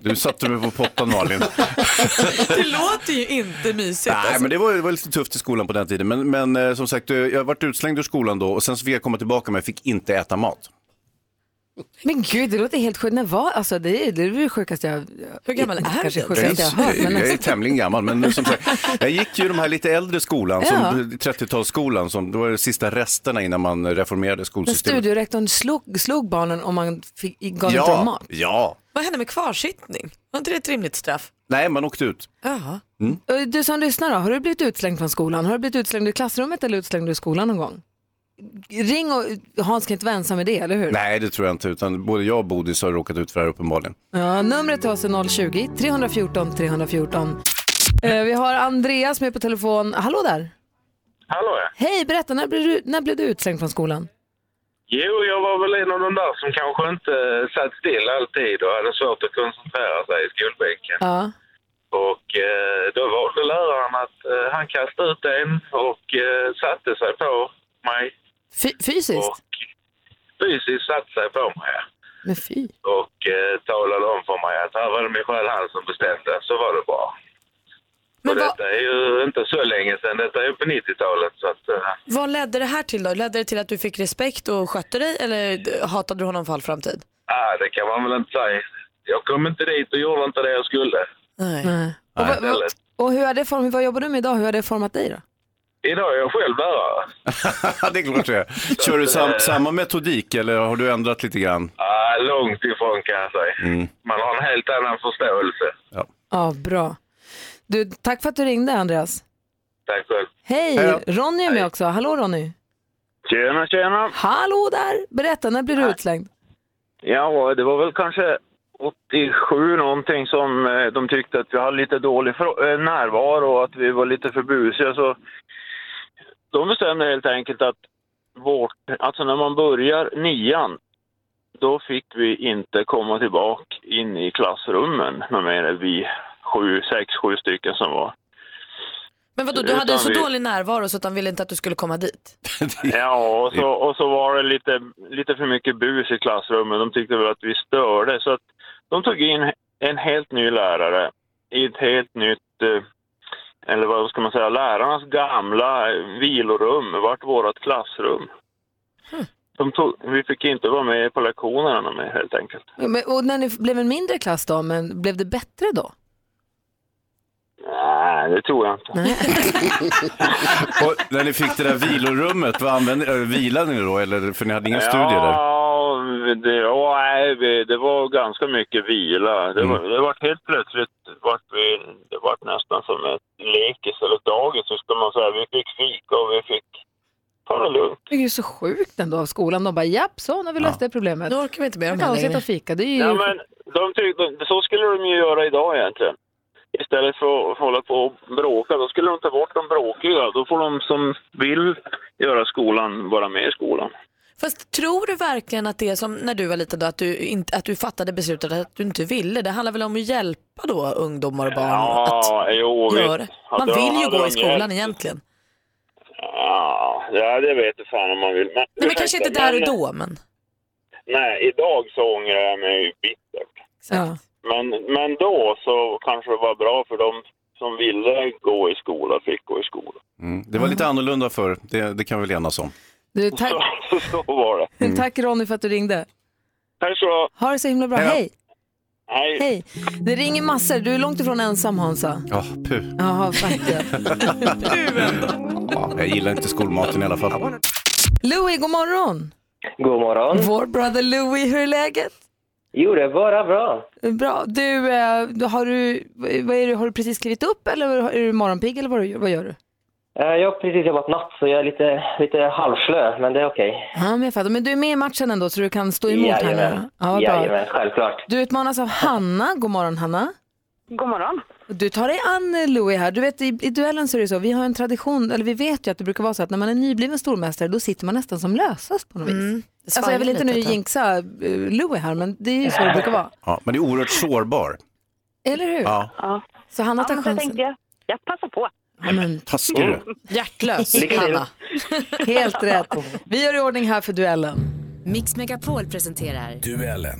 C: Du satte mig på pottan Malin.
B: (laughs) det låter ju inte mysigt. Alltså,
C: Nej, men det var, det var lite tufft i skolan på den tiden. Men, men eh, som sagt, eh, jag vart utslängd ur skolan då och sen så fick jag komma tillbaka men jag fick inte äta mat.
A: Men gud, det låter helt sjukt. När var, alltså det är det, är det sjukaste jag...
B: Hur gammal är du
A: Kanske
B: egentligen?
A: sjukaste jag har hört. Men alltså,
C: Jag är tämligen gammal, men som sagt, jag gick ju de här lite äldre skolan, som
A: Ja.
C: 30-talsskolan, som det var de sista resterna innan man reformerade
A: Men
C: skolsystemet.
A: studiorektorn slog, slog barnen om man fick, gav inte dem
C: ja,
A: mat.
C: ja.
B: Vad hände med kvarsittning? Var inte det ett rimligt straff?
C: Nej, man åkte ut.
B: Jaha.
C: Mm.
A: Och Du som lyssnar då, har du blivit utslängd från skolan? Har du blivit utslängd ur klassrummet eller utslängd ur skolan någon gång? Ring och Hans kan inte vara ensam med det, eller hur?
C: Nej, det tror jag inte, utan både jag och Bodis har råkat ut för det här uppenbarligen. (laughs)
A: Ja, numret till oss är 020-314 314. Eh, vi har Andreas med på telefon. Hallå där!
I: Hallå ja.
A: Hej, berätta, när blev du, när blev du utslängd från skolan?
I: Jo, jag var väl en av de där som kanske inte satt still alltid och hade svårt att koncentrera sig i skolbänken.
A: Ja.
I: Och eh, då valde läraren att eh, han kastade ut en och eh, satte sig på mig.
A: Fy- fysiskt?
I: Och fysiskt satte sig på mig. ja.
A: Men fy.
I: Och eh, talade om för mig att här var det min själ han som bestämde. Så var det bara.
B: Men
I: och
B: vad,
I: detta är ju inte så länge sedan. Detta är ju på 90-talet. Så att, eh,
B: vad ledde det här till då? Ledde det till att du fick respekt och skötte dig eller d- hatade du honom för all framtid?
I: ah, det kan man väl inte säga. Jag kom inte dit och gjorde inte det jag skulle.
B: Nej.
A: Nej. Och, vad- vad-
I: Istället.
A: och hur har det format, vad jobbar du med idag? Hur har det format dig då?
I: Idag är jag själv lärare.
C: det är klart det är. Kör du sam, samma metodik eller har du ändrat lite grann? (laughs)
I: Ah, långt ifrån kan jag säga. Man har en helt annan förståelse.
A: Ja, bra. Du, tack för att du ringde Andreas.
I: Tack själv.
A: Hej,
C: Hej
A: Ronny är med också. Hallå Ronny.
I: Tjena, tjena.
A: Hallå där! Berätta, när blir du utslängd?
I: Ja, det var väl kanske 87 någonting som eh, de tyckte att vi hade lite dålig frå- eh, närvaro och att vi var lite för busiga. Så de bestämde helt enkelt att vårt, alltså när man börjar nian, då fick vi inte komma tillbaka in i klassrummen, med mer än vi sju, sex, sju stycken som var.
B: Men vadå, du
I: Utan
B: hade en så
I: vi-
B: dålig närvaro så att han ville inte att du skulle komma dit?
I: (laughs) Ja, och så, och så var det lite, lite för mycket bus i klassrummet. De tyckte väl att vi störde. Så att de tog in en helt ny lärare i ett helt nytt, eh, eller vad ska man säga, lärarnas gamla eh, vilorum vart vårt klassrum. De tog, vi fick inte vara med på lektionerna något mer, helt enkelt.
A: Men, och när ni blev en mindre klass då, men blev det bättre då?
I: Nej, det tror jag inte.
C: Och när ni fick det där vilorummet, vad använde, äh, vilade ni då? Eller, för ni hade inga studier där?
I: Ja, det, ja, nej, vi- det var ganska mycket vila. Det, var, det var helt plötsligt vart vi, det var nästan som ett lekis eller dagis, så ska man säga. Vi fick fika och vi fick ta det lugnt.
A: (laughs) Det är ju så sjukt ändå av skolan. De bara, japp så, nu har vi löst det problemet.
B: Nu orkar vi inte med
A: Nu
B: dem
A: kan
B: här
A: de sitta och
B: längre.
A: fika. Det är
B: Mm.
A: ju...
I: Ja, men de tyckte, så skulle de ju göra idag egentligen. Istället för att hålla på och bråka, då skulle de ta bort de bråkiga. Då får de som vill göra skolan vara med i skolan.
B: Fast tror du verkligen att det är som när du var liten då, att du, inte, att du fattade beslutet att du inte ville? Det handlar väl om att hjälpa då ungdomar och barn att
I: Ja, jo, visst.
B: göra det?
I: Ja,
B: Man
I: då
B: vill ju gå
I: hade de
B: i skolan
I: hjälpt.
B: egentligen.
I: Ja, ja, det vet jag fan om man vill. Men,
B: Nej men kanske inte där och då men.
I: Nej, idag så ångrar jag mig bittert.
A: Ja.
I: Men, men då så kanske det var bra för dem som ville gå i skola fick gå i skola. (laughs)
C: Mm. Det var lite annorlunda förr, det, det kan vi väl enas om.
A: Du, tack,
I: Så, så, var det.
A: tack Ronny för att du ringde.
I: Tack så bra.
A: Ha det så himla bra.
C: Hej då.
A: Hej!
I: Hej.
A: Hej! Det ringer massor. Du är långt ifrån ensam Hansa.
C: Ja, puh.
A: Jaha, (laughs) verkligen.
C: Ja, jag gillar inte skolmaten i alla fall.
A: Louis, god morgon!
F: God morgon.
A: Vår brother Louis, hur är läget?
F: Jo, det är bara bra.
A: Bra. Du, eh, du- har, du, vad är det, har du precis klivit upp eller är du morgonpigg eller vad, du, vad gör du?
F: Eh, Jag har precis jobbat natt så jag är lite, lite halvslö, men det är okej.
A: Ja, men jag fattar. Men du är med i matchen ändå så du kan stå emot här nu. Ja, vad bra.
F: Jajamän, självklart.
A: Du utmanas av Hanna. God morgon Hanna.
J: God morgon.
A: Du tar dig an eh, Louis här. Du vet i, i duellen så är det så, vi har en tradition, eller vi vet ju att det brukar vara så att när man är nybliven stormästare då sitter man nästan som lösast på något vis. Alltså jag vill inte nu jinxa eh, Louis här men det är ju så det brukar vara.
C: Ja, man är oerhört sårbar.
A: Eller hur?
C: Ja,
A: Så Hanna tar chansen.
J: jag, jag passar på.
A: Ja, men
C: taskig du.
A: Hjärtlös Hanna. Helt rätt. Vi gör i ordning här för duellen.
K: Mix Megapol presenterar
I: Duellen.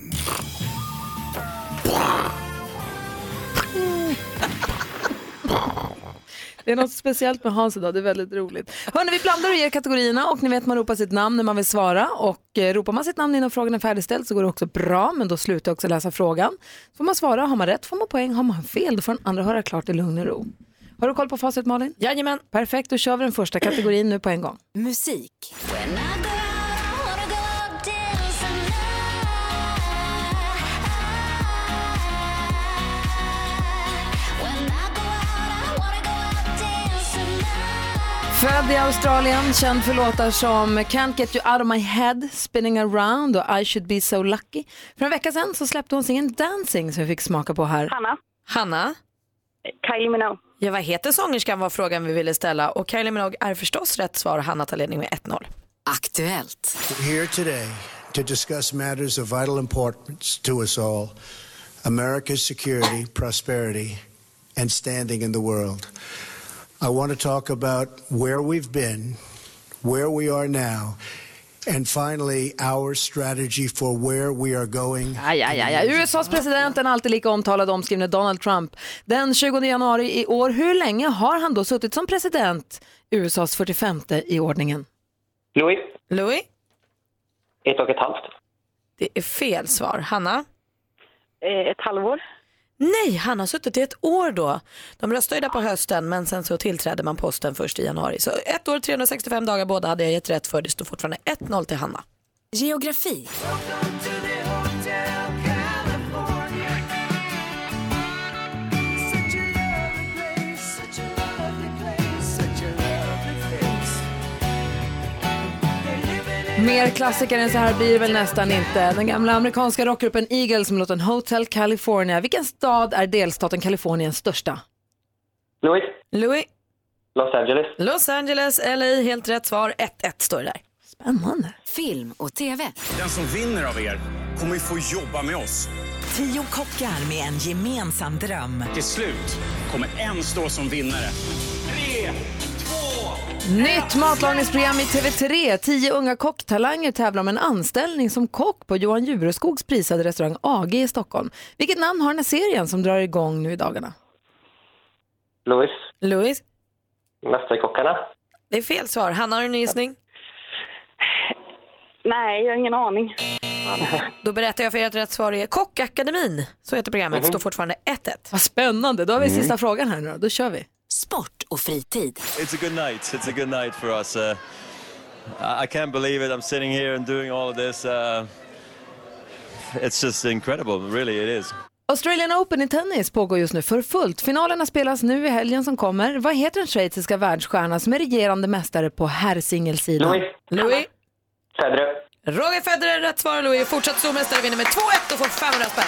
A: Det är något speciellt med Hans idag, det är väldigt roligt. Hörni, vi blandar och ger kategorierna och ni vet man ropar sitt namn när man vill svara och eh, ropar man sitt namn innan frågan är färdigställd så går det också bra men då slutar jag också läsa frågan. Så får man svara, har man rätt får man poäng, har man fel då får den andra höra klart i lugn och ro. Har du koll på facit Malin? Jajamän. Perfekt, då kör vi den första kategorin nu på en gång.
K: musik.
A: Född i Australien, känd för låtar som Can't Get You Out of My Head, Spinning Around och I Should Be So Lucky. För en vecka sedan så släppte hon singeln Dancing som vi fick smaka på här.
J: Hanna,
B: Hanna,
J: Kylie Minogue.
B: ja, vad heter sångerskan var frågan vi ville ställa och Kylie Minogue är förstås rätt svar. Hanna tar ledning med 1-0.
K: Aktuellt.
G: Here today to discuss matters of vital importance to us all America's security, prosperity, and standing in the world. I want to talk about where we've been, where we are now, and finally, our strategy for where we are going.
A: Aj, aj, aj, aj. USAs president, den alltid lika omtalade och omskrivne Donald Trump. Den 20 januari i år, hur länge har han då suttit som president? USAs 45 i ordningen.
F: Louis,
B: Louis,
F: ett och ett halvt.
B: det är fel svar. Hanna?
J: Eh, ett halvår.
B: Nej, han har suttit i ett år då. De röstade ju där på hösten men sen så tillträdde man posten först i januari. Så ett år, 365 dagar, båda hade jag gett rätt för. Det står fortfarande 1-0 till Hanna.
K: Geografi.
A: Mer klassiker än så här blir det väl nästan inte. Den gamla amerikanska rockgruppen Eagles med låten Hotel California. Vilken stad är delstaten Kaliforniens största?
F: Louis,
B: Louis,
F: Los Angeles.
B: Los Angeles, LA, helt rätt svar. 1-1 står det där.
A: Spännande.
K: Film och TV.
I: Den som vinner av er kommer ju få jobba med oss.
L: Tio kockar med en gemensam dröm.
I: Till slut kommer en stå som vinnare. Tre, två,
A: Nytt matlagningsprogram i TV3. Tio unga kocktalanger tävlar om en anställning som kock på Johan Jureskogs prisade restaurang AG i Stockholm. Vilket namn har den här serien som drar igång nu i dagarna?
F: Louis,
B: Louis,
F: Mästerkockarna.
B: det är fel svar. Hanna, har du en gissning?
J: Nej, jag har ingen aning.
B: Då berättar jag för er att rätt svar är Kockakademin. Så heter programmet. Står fortfarande 1-1.
A: Vad spännande. Då har vi sista frågan här nu då. Då kör vi.
K: Sport och fritid.
G: It's a good night. It's a good night for us. Uh, I I can't believe it. I'm sitting here and doing all of this. Uh, it's just incredible, really, it is.
A: Australian Open i tennis pågår just nu för fullt. Finalerna spelas nu i helgen som kommer. Vad heter den schweiziska världsstjärnan som är regerande mästare på herrsingelsidan?
F: Louis,
B: Louis,
F: Federer.
B: Roger Federer, rätt svar. Louis, fortsatt stormästare, vinner med 2-1 och får 500 spänn.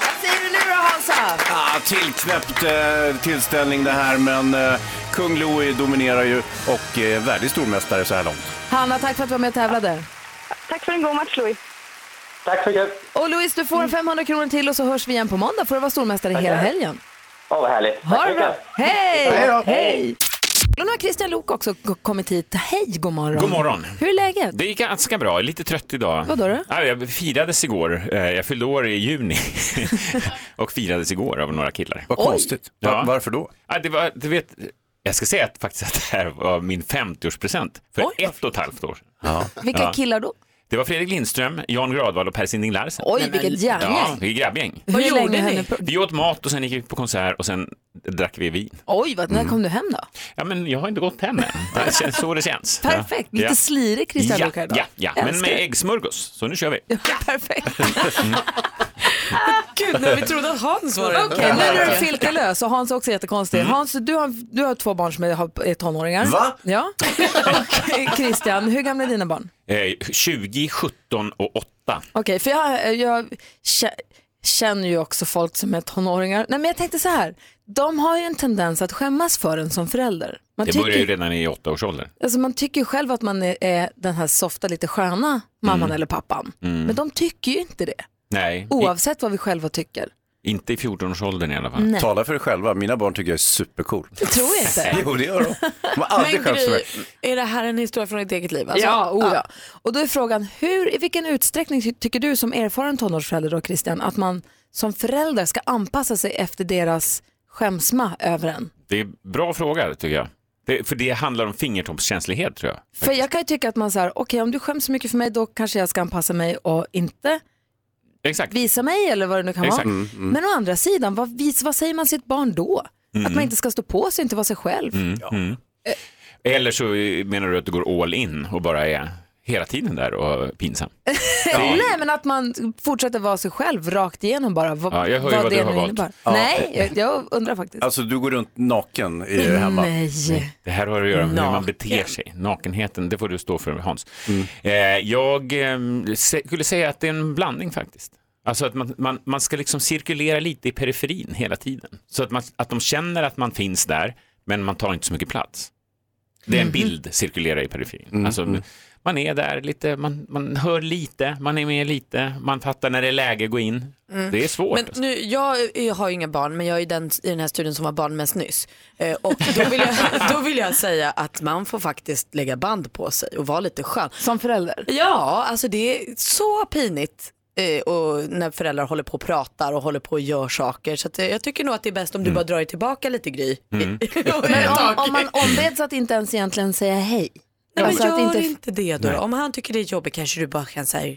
A: Vad säger du nu då Hansa?
C: Ah, tillknäppt eh, tillställning det här, men eh, kung Louis dominerar ju och eh, värdig stormästare så här långt.
A: Hanna, tack för att du var med och tävlade.
J: Tack för en god match, Louis.
F: Tack så mycket.
A: Och Louise, du
F: Mm.
A: får 500 kronor till och så hörs vi igen på måndag för att vara stormästare hela helgen.
F: Åh, vad härligt.
A: Ha
F: Tack
A: det
F: så
A: bra!
F: mycket.
A: Hej!
F: Hej då.
A: Hej! Och nu har Christian Lok också k- kommit hit. Hej, god morgon!
G: God morgon.
A: Hur är läget?
G: Det gick ganska bra. Jag är lite trött idag.
A: Vadå då?
G: Ja, jag firades igår. Eh, Jag fyllde år i juni (laughs) och firades igår av några killar.
C: Vad konstigt. Va-
G: Ja.
C: Varför då?
G: Ja, det var, du vet, jag ska säga att faktiskt att det här var min 50-årspresent för ett och ett halvt år sedan.
A: Vilka killar då?
G: Det var Fredrik Lindström, Jan Gradvall och Per Sinding Larsen.
A: Oj, vilket järngäng!
G: Ja, det är grabbgäng.
A: Hur
B: Vad gjorde
A: länge
B: ni?
A: hade pro-
G: Vi åt mat och sen gick vi på konsert och sen drack vi vin.
A: Oj, vad, när
G: Mm.
A: kom du hem då?
G: Ja, men jag har inte gått hem än. Det känns så det känns.
A: (laughs) Perfekt,
G: Ja.
A: lite slirig Christian
G: ja,
A: Luukar idag.
G: ja, ja, men
A: Älskar
G: med
A: det.
G: äggsmörgås. Så nu kör vi.
A: Perfekt.
B: (laughs) Gud, när vi trodde att Hans var det. Mm.
A: Okej, nu är du filterlös och Hans är också jättekonstig. Hans, du har, du har två barn som är, har- är tonåringar.
G: Va?
A: Ja. Och eh, Christian, hur gamla är dina barn?
G: Eh, 20, 17 och 8.
A: Okej, för jag, jag kä- känner ju också folk som är tonåringar. Nej, men jag tänkte så här, de har ju en tendens att skämmas för en som förälder. Man
G: det
A: tycker,
G: börjar ju redan i åttaårsåldern.
A: alltså, man tycker ju själv att man är, är den här softa, lite sköna mamman eller pappan.
G: Mm.
A: Men de tycker ju inte det,
G: Nej,
A: oavsett vad vi själva tycker.
G: i, inte i 14-årsåldern i alla fall.
A: Nej.
C: Tala för dig själva, mina barn tycker jag är supercool.
A: Det tror jag inte.
C: (laughs) jo, det gör de. De har aldrig
B: Men
C: skämts för
B: Gry,
C: mig.
B: är det här en historia från ditt eget liv? Alltså?
A: Ja, oh, ja. Och då är frågan, hur, i vilken utsträckning ty- tycker du som erfaren tonårsförälder då Christian, att man som förälder ska anpassa sig efter deras skämsma över en?
G: Det är bra fråga tycker jag. Det, för det handlar om fingertoppskänslighet tror jag.
A: För jag kan ju tycka att man så här, okej om du skäms så mycket för mig då kanske jag ska anpassa mig och inte
G: Exakt.
A: visa mig eller vad det nu kan
G: Exakt.
A: vara.
G: Mm, mm.
A: Men å andra sidan, vad, vis, vad säger man sitt barn då?
G: Mm.
A: Att man inte ska stå på sig, inte vara sig själv.
G: Mm, mm. Eller så menar du att du går all in och bara är hela tiden där och pinsam.
A: Nej, men att man fortsätter vara sig själv rakt igenom bara. Vad,
C: Ja, jag hör ju vad
A: det
C: du har
A: nu
C: valt.
A: innebär.
C: Ja.
A: Nej, jag, jag undrar faktiskt.
C: Alltså, du går runt naken i, hemma.
A: Nej.
G: Det här har att göra med hur man
C: Naken.
G: beter sig. Nakenheten, det får du stå för Hans. Eh, jag eh, se- skulle säga att det är en blandning faktiskt. Alltså att man, man, man ska liksom cirkulera lite i periferin hela tiden. Så att, man, att de känner att man finns där, men man tar inte så mycket plats. Det är en bild cirkulera i periferin. Alltså, man är där lite, man, man hör lite, man är med lite, man fattar när det är läge att gå in.
B: Mm.
G: Det är svårt.
B: Men nu, jag, jag eh, har ju inga barn men jag är ju den i den här studion som var barn mest nyss. Eh, och då vill, jag, (laughs) då vill jag säga att man får faktiskt lägga band på sig och vara lite skön.
A: Som förälder?
B: Ja, alltså det är så pinigt. eh, Och när föräldrar håller på och pratar och håller på och gör saker. Så att eh, jag tycker nog att det är bäst om du bara drar dig tillbaka lite Gry. (laughs)
G: Mm.
A: Men om, om man ombeds att inte ens egentligen säga hej.
B: Nej, men
A: Alltså att
B: gör inte...
A: inte-
B: det då.
G: Nej.
B: Om han tycker det är jobbigt kanske du bara kan säga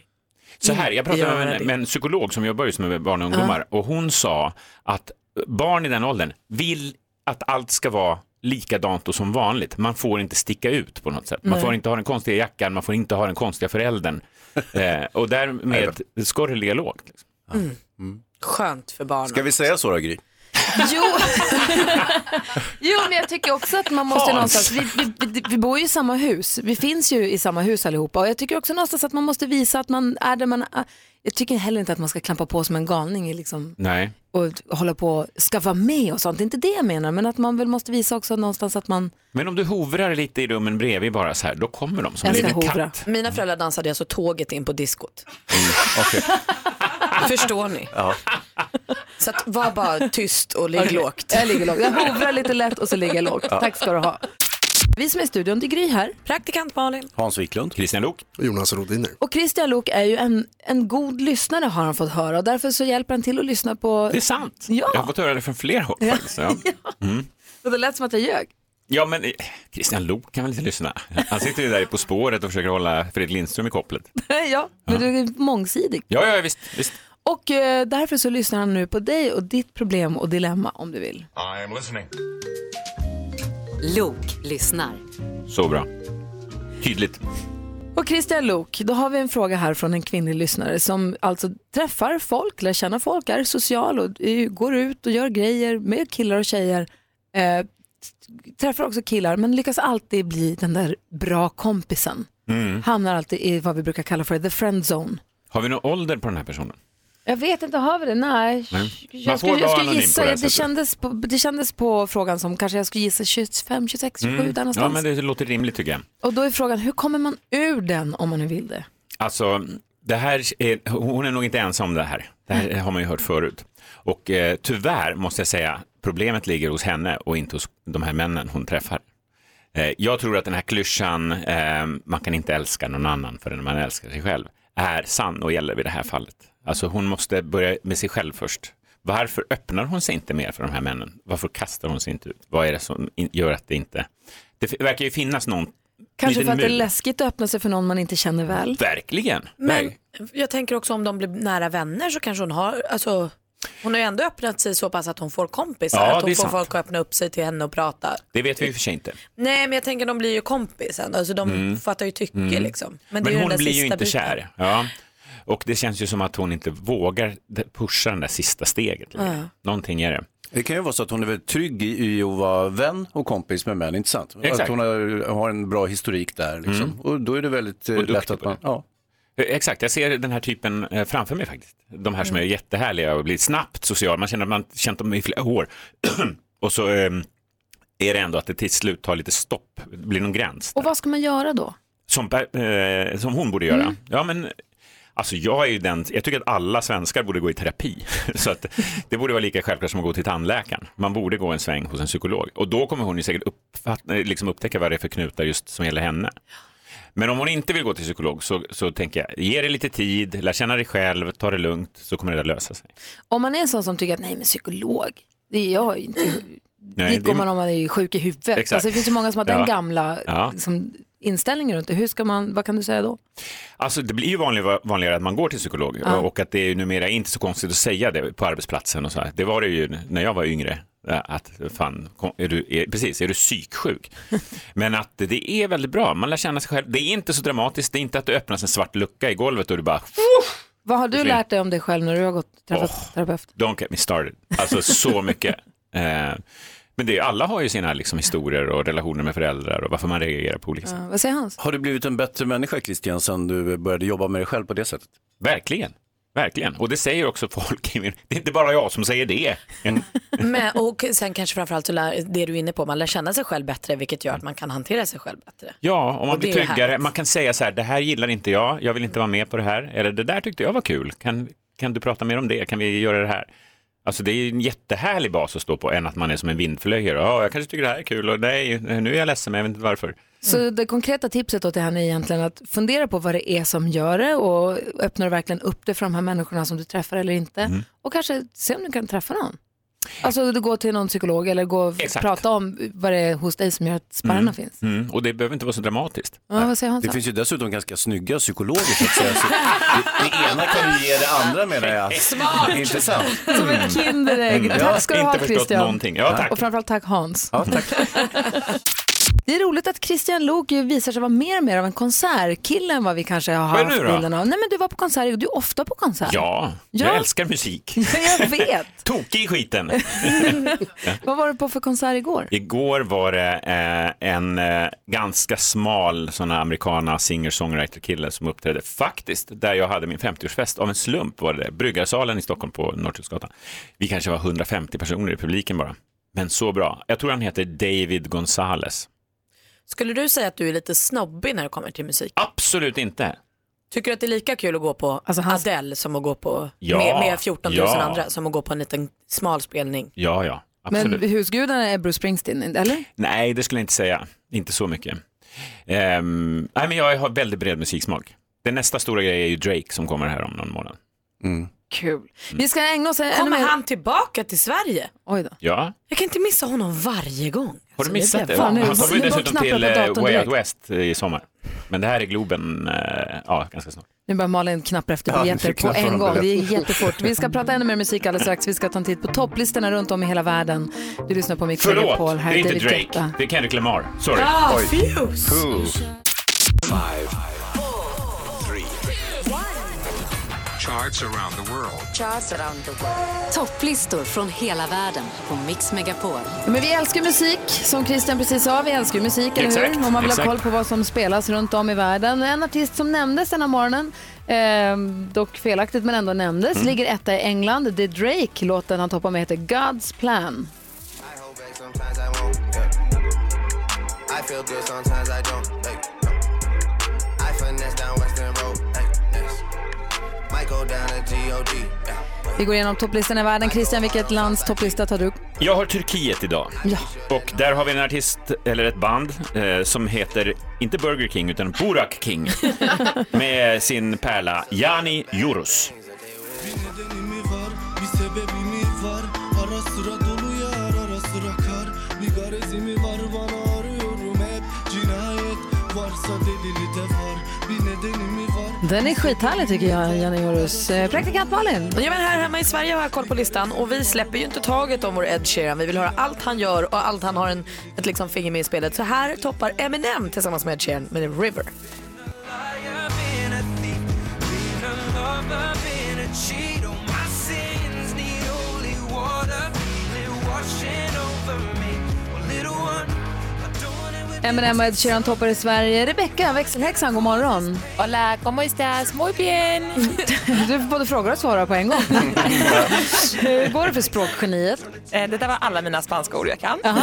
G: Så här, jag pratade
B: Göra
G: med
B: det.
G: en, med en psykolog som jobbar just med barn och ungdomar och hon sa att barn i den åldern vill att allt ska vara likadant och som vanligt. Man får inte sticka ut på något sätt. Man
M: Nej.
G: får inte ha den konstiga jackan, man får inte ha den konstiga föräldern. eh, och därmed ska det ligga lågt. Liksom.
B: mm. skönt för barnen.
C: Ska vi säga så då, Gry?
A: Jo. (laughs) jo, men jag tycker också att man måste
C: Hans.
A: någonstans, vi, vi, vi, vi bor ju i samma hus, vi finns ju i samma hus allihopa och jag tycker också någonstans att man måste visa att man är där man är. Jag tycker heller inte att man ska klampa på som en galning i liksom,
G: Nej.
A: och hålla på och skaffa med och sånt, det är inte det jag menar, men att man väl måste visa också någonstans att man,
G: Men om du hovrar lite i rummen bredvid bara så här, då kommer de som en liten katt.
B: Mina föräldrar dansade alltså tåget in på diskot. (laughs) Förstår ni?
G: Mm, Ja.
B: Så att var bara tyst och ligg
A: Okej.
B: lågt.
A: Jag ligger lågt. Jag hovrar lite lätt och så ligger jag lågt. Tack ska du ha. Vi som är i studion, det är Gry här.
B: Praktikant Malin.
C: Hans Wiklund.
G: Christian Lok.
E: Jonas Rodiner.
A: Och Christian Lok är ju en, en god lyssnare har han fått höra och därför så hjälper han till att lyssna på...
G: Det är sant.
A: Ja.
G: Jag har fått höra det från fler håll
A: Ja.
G: faktiskt. Ja. Mm.
A: Och det lät som att jag ljög. (laughs)
G: Ja, men eh, Christian Lok kan väl inte lyssna? Han sitter ju där På spåret och försöker hålla Fredrik Lindström i kopplet.
A: ja, men du är mångsidig.
G: Ja, ja visst. visst.
A: Och eh, därför så lyssnar han nu på dig och ditt problem och dilemma om du vill.
M: I am listening.
N: Lok lyssnar.
G: Så bra. Tydligt.
A: Och Christian Lok, då har vi en fråga här från en kvinnlig lyssnare som alltså träffar folk, lär känna folk, är social och eh, går ut och gör grejer med killar och tjejer. Eh, t- träffar också killar men lyckas alltid bli den där bra kompisen.
G: Mm.
A: Hamnar alltid i vad vi brukar kalla för the friend zone.
G: Har vi någon ålder på den här personen?
A: Jag vet inte, har vi det? Nej.
G: Nej.
A: Jag skulle, jag skulle gissa,
G: här
A: det,
G: sättet.
A: kändes på, det kändes på frågan som kanske jag skulle gissa 25, 26, 27 där
G: Mm.
A: någonstans.
G: Ja, men det låter rimligt tycker jag.
A: Och då är frågan, hur kommer man ur den om man nu vill det?
G: Alltså, det här är, hon är nog inte ensam om det här. Det här har man ju hört förut. Och eh, tyvärr måste jag säga, problemet ligger hos henne och inte hos de här männen hon träffar. Eh, jag tror att den här klyschan, eh, man kan inte älska någon annan förrän man älskar sig själv, är sann och gäller vid det här fallet. Alltså hon måste börja med sig själv först. Varför öppnar hon sig inte mer för de här männen? Varför kastar hon sig inte ut? Vad är det som in- gör att det inte... Det f- verkar ju finnas någon
A: Kanske
G: liten
A: för att det är
G: mur.
A: läskigt att öppna sig för någon man inte känner väl.
G: Verkligen.
B: Men jag tänker också om de blir nära vänner så kanske hon har, alltså Hon har ju ändå öppnat sig så pass att hon får kompisar.
G: Ja,
B: att
G: det är
B: hon får
G: sant.
B: folk att öppna upp sig till henne och prata.
G: Det vet vi ju för sig inte.
B: Nej men jag tänker de blir ju kompisen. Alltså de
G: Mm.
B: fattar ju tycke
G: Mm.
B: liksom.
G: Men,
B: det är
G: hon
B: den där
G: blir ju
B: sista
G: inte
B: biten.
G: kär. Ja. Och det känns ju som att hon inte vågar pusha den där sista steget. längre.
B: Ja.
G: Någonting är det.
C: Det kan ju vara så att hon är väldigt trygg i, i att vara vän och kompis med män, inte sant?
G: Exakt.
C: Att hon har, har en bra historik där liksom.
G: Mm.
C: Och då är det väldigt eh,
G: Och duktig
C: lätt att man... Ja.
G: Eh, Exakt, jag ser den här typen eh, framför mig faktiskt. De här som
B: Mm.
G: är jättehärliga och blir snabbt sociala. Man känner att man känt dem i flera år. (clears throat) och så eh, är det ändå att det till slut tar lite stopp, det blir någon gräns.
A: Och vad ska man göra då?
G: Som, per- eh, som hon borde göra. Ja, men, alltså jag, är ju den, jag tycker att alla svenskar borde gå i terapi. (laughs) Så att, det borde vara lika självklart som att gå till tandläkaren. Man borde gå en sväng hos en psykolog. Och då kommer hon ju säkert uppfatt, eh, liksom upptäcka vad det är för knutar just som gäller henne. Men om hon inte vill gå till psykolog så, så tänker jag, ge det lite tid, lär känna dig själv, ta det lugnt, så kommer det där lösa sig.
A: Om man är en sån som tycker att nej men psykolog, det är jag ju inte.
G: Nej,
A: Dit går man om man är sjuk i huvudet.
G: Exakt.
A: Alltså, det finns ju många som har
G: Ja.
A: den gamla
G: Ja.
A: liksom, inställningen runt det. Hur ska man, vad kan du säga då?
G: Alltså det blir ju vanligare, vanligare att man går till psykolog
A: Ja.
G: och att det är numera inte så konstigt att säga det på arbetsplatsen och så här. Det var det ju när jag var yngre. eh, Att fan, kom- är du, är, precis, är
A: (laughs)
G: du psyksjuk? Men att det är väldigt bra, man lär känna sig själv. Det är inte så dramatiskt, det är inte att det öppnas en svart lucka i golvet och du bara,
A: Vad har du
G: Försvinn.
A: lärt dig om dig själv när du har gått och träffat terapeut?
G: don't get me started.
A: (laughs)
G: Alltså så mycket. Eh, men det, alla har ju sina liksom, historier och relationer med föräldrar och varför man reagerar på olika sätt.
A: Ja, vad säger Hans?
C: Har du blivit en bättre människa, Christian, sen du började jobba med dig själv på det sättet?
G: Verkligen. Verkligen, och det säger också folk i min... Det är inte bara jag som säger det.
B: Men, och sen kanske framförallt så lär, det du är inne på, man lär känna sig själv bättre vilket gör att man kan hantera sig själv bättre.
G: Ja, om man
B: Och
G: blir
B: det är
G: tryggare.
B: härligt.
G: Man kan säga så här, det här gillar inte jag, jag vill inte vara med på det här. Eller det där tyckte jag var kul, kan, kan du prata mer om det? Kan vi göra det här? Alltså det är en jättehärlig bas att stå på, än att man är som en vindflöjel. Ja, jag kanske tycker det här är kul och nej, nu är jag ledsen, men jag vet inte varför.
A: Så det konkreta tipset då till henne är egentligen att fundera på vad det är som gör det och öppnar du verkligen upp det för de här människorna som du träffar eller inte?
G: Mm.
A: Och kanske se om du kan träffa någon. Alltså du går till någon psykolog eller gå och
G: Exakt.
A: prata om vad det är hos dig som gör att spärrarna
G: Mm.
A: finns.
G: Mm. Och det behöver inte vara så dramatiskt.
A: Ja, vad säger Hans?
C: Det finns ju dessutom ganska snygga psykologer så att säga. Så det, det ena kan ju ge det andra menar jag.
A: Smart!
C: Intressant.
A: Som ett Kinderägg.
C: Mm.
A: Tack ska du
C: Ja,
A: ha
C: inte förstått
A: Christian.
C: någonting. Ja, tack.
A: Och framförallt tack Hans.
C: Ja, tack.
A: Det är roligt att Christian Lok ju visar sig vara mer och mer av en konsertkille än vad vi kanske har
G: Vad är
A: haft
G: du då?
A: bilden av. Nej men du var på konsert, du är ofta på konsert.
G: Ja,
A: Ja.
G: jag älskar
A: (laughs)
G: musik.
A: Jag vet.
G: Tokig i skiten.
A: Vad var du på för konsert igår?
G: Igår var det eh, en eh, ganska smal sån här amerikana singer-songwriter-kille som uppträdde faktiskt där jag hade min 50-årsfest. Av en slump var det det. Bryggarsalen i Stockholm på Norrtullsgatan. Vi kanske var 150 personer i publiken bara. Men så bra. Jag tror han heter David Gonzales.
B: Skulle du säga att du är lite snobbig när det kommer till musik?
G: Absolut inte.
B: Tycker du att det är lika kul att gå på Adele som att gå på
G: Ja,
B: med, med 14 000
G: ja.
B: andra som att gå på en liten smal spelning?
G: Ja, ja. Absolut.
A: Men husgudarna är Bruce Springsteen, eller?
G: Nej, det skulle jag inte säga. Inte så mycket. Ehm, nej, men jag har väldigt bred musiksmak. Den nästa stora grej är ju Drake som kommer här om någon månad.
A: Kul. Mm. Vi ska ägna oss ännu
B: Kommer
A: mer...
B: han tillbaka till Sverige?
A: Oj då.
G: Ja.
B: Jag kan inte missa honom varje gång.
G: Har du
B: Alltså,
G: missat
B: blir
G: det?
B: fan-
G: Han kommer ju
A: bara
G: dessutom
A: knappar
G: till
A: på
G: eh,
A: datorn
G: Way Out
A: direkt.
G: West i sommar. Men det här är Globen, eh, ja, ganska snart.
A: Nu börjar Malin knappa efter
G: Ja,
A: biljetter
G: nu
A: på
G: knappar
A: en
G: hon
A: gång. Det är
G: biljetter.
A: jättefort. Vi ska prata ännu mer musik alldeles strax. Vi ska ta en titt på topplistorna runt om i hela världen. Du lyssnar på Mix
G: Förlåt,
A: Megapol.
G: det
A: Här
G: är inte
A: David
G: Drake,
A: Guetta.
G: det är Kendrick Lamar. Sorry.
A: Ah,
G: Oj.
A: Fuse.
G: Fuse.
O: Charts around the world.
N: Topplistor från hela världen på Mix Megapol.
A: Ja, Men vi älskar musik, som Christian precis sa. Vi älskar musik, eller
N: Exakt,
A: hur? Om man vill
N: exakt.
A: ha koll på vad som spelas runt om i världen. En artist som nämndes den här morgonen, eh, dock felaktigt men ändå nämndes,
P: Mm.
A: ligger etta i England. Det är Drake. Låten han toppar med heter God's Plan.
P: Sometimes I won't. Yeah. I feel good, sometimes I don't. Like, no. I finesse down Western Road. Like, yes. Might go down to G.O.D. Yeah.
A: Vi går igenom topplistan i världen. Christian, vilket lands topplista tar du?
G: Jag har Turkiet idag.
A: Ja.
G: Och där har vi en artist, eller ett band, eh, som heter, inte Burger King, utan Burak King. med sin pärla Yani Yurus.
Q: Bir sebebi mi var? Ara sıra dolu yar, ara sıra kar. Bir garezi mi var bana arıyorum hep. Cinayet varsa delili de var. Bir nedeni mi var?
A: Den är skithärlig tycker jag, Janne Jorus. Eh, Praktikant Malin.
B: Ja, men här hemma i Sverige har jag koll på listan och vi släpper ju inte taget om vår Ed Sheeran. Vi vill höra allt han gör och allt han har en, ett liksom finger med i spelet. Så här toppar Eminem tillsammans med Ed Sheeran med River.
A: Eminem M&M och Ed Sheeran toppar i Sverige. Rebecka, växelhäxan, god morgon.
R: Hola, ¿cómo estás? Muy bien.
A: (laughs) Du både frågar och svarar på en
R: (laughs)
A: gång. Hur går det för språkgeniet?
R: Eh, det där var alla mina spanska ord jag kan.
A: Aha.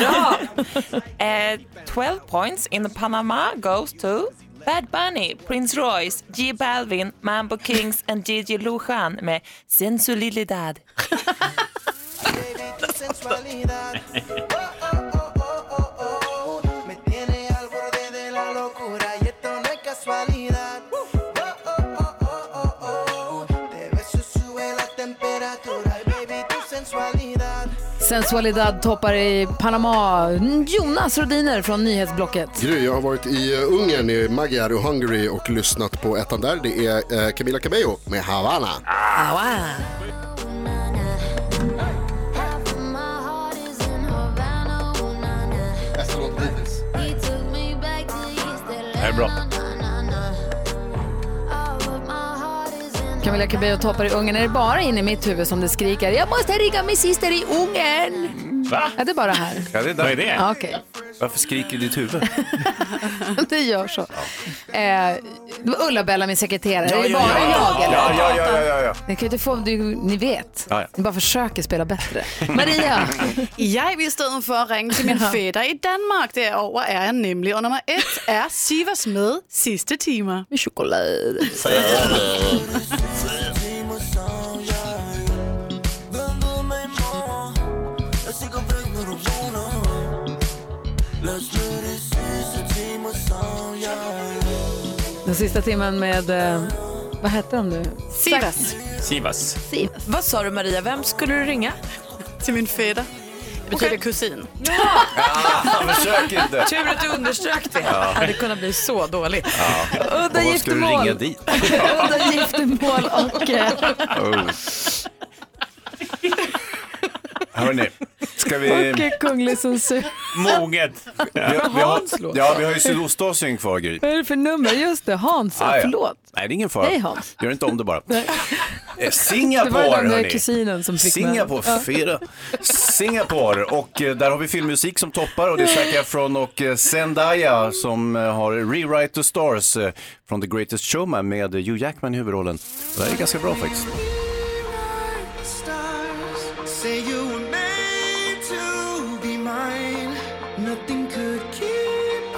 R: Bra. Eh, 12 points in Panama goes to Bad Bunny, Prince Royce, J Balvin, Mambo Kings and Gigi Lujan med Sensualidad.
A: Sensualidad toppar i Panama. Jonas Rodiner från nyhetsblocket.
E: Gry, jag har varit i eh, Ungern, i Magyar och Hungary och lyssnat på ettan där. Det är eh, Camila Cabello med Havana.
Q: oh,
S: Bästa låten hittills.
G: Det här är bra.
A: Camilla Cabello toppar i Ungern. Är det bara in i mitt huvud som det skriker “Jag måste ringa min syster i Ungern”?
C: Va?
A: Ja, det är
R: (laughs)
A: bara här.
C: Ja, det är Vad är
A: Ja, Okej,
C: Varför skriker ditt huvud?
A: (laughs) det gör så. Eh, det var Ulla-Bella, min sekreterare.
C: Ja,
A: är det
C: ja,
A: bara
C: ja.
A: jag? Eller?
C: Ja, ja, ja, ja, ja.
A: Ni kan ju inte få, du, ni vet.
C: Ja, ja.
A: Ni bara försöker spela
C: (laughs)
A: bättre. Maria!
T: Jeg vil i stedet for ringe
R: (laughs)
T: til min fætter i Danmark. Derover er jeg nemlig. Og nummer et er Sivers med sidste timer. Med chokolade.
A: Den sista timmen med, eh, vad hette de nu?
B: Sivas.
G: Sivas.
B: Vad sa du Maria, vem skulle du ringa?
T: Till min fäder. Det betyder kusin.
C: Försök inte.
B: Tur att du underströk det.
C: Ja.
B: Det hade kunnat bli så dåligt.
A: Udda
C: Och vad ska du
A: giftermål.
C: ringa dit?
A: Udda giftermål och... eh,
C: (laughs) Oh. Hörni, ska vi...
A: Och eh, kunglig censur.
G: Moget.
C: Vi, har- vi, har,
A: Hans låt.
C: ja, vi har ju Sydostasien kvar, Gry.
A: Vad är det för nummer? Just det, Hans.
C: Ah, ja.
A: Förlåt.
C: Nej, det är ingen fara.
A: Hej, Hans.
C: Gör inte om det bara.
A: Nej.
C: Eh, Singapore,
A: Det var den där
C: hörni.
A: kusinen som fick med.
C: Singapore,
A: Ja.
C: fyra. Singapore, och eh, där har vi filmmusik som toppar och det är Zac Efron och eh, Zendaya som eh, har Rewrite the Stars eh, från The Greatest Showman med eh, Hugh Jackman i huvudrollen. Det här är ganska bra faktiskt.
Q: Stars say you were made to be mine. Nothing could keep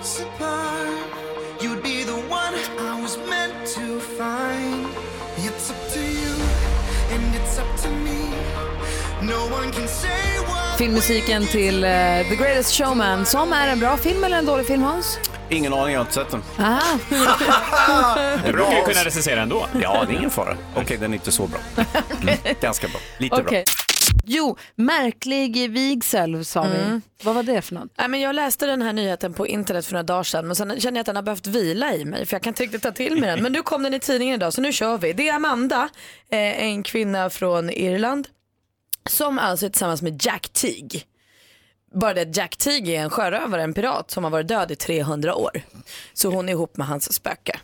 Q: us apart. You'd be the one I was meant to find. It's up to you, and it's up to me. No one can say what.
A: Filmmusiken till eh, The Greatest Showman som är en bra film eller en dålig film, Hans?
C: Ingen aning, jag har inte sett den.
A: Ah.
C: Det
G: brukar ju kunna recensera ändå.
C: Ja, det är ingen fara. Okej, den är inte så bra. Mm, ganska bra. Lite bra.
A: Okej. Jo, märklig vigsel sa vi.
B: Mm.
A: Vad var det för något?
B: Nej, men jag läste den här nyheten på internet för några dagar sedan men sen känner jag att den har behövt vila i mig för jag kan inte riktigt ta till mig den. Men nu kom den i tidningen idag så nu kör vi. Det är Amanda, eh, en kvinna från Irland som alltså är tillsammans med Jack Teague. Bara det att Jack Teague är en sjörövare, en pirat som har varit död i 300 år. Så hon är ihop med hans spöke.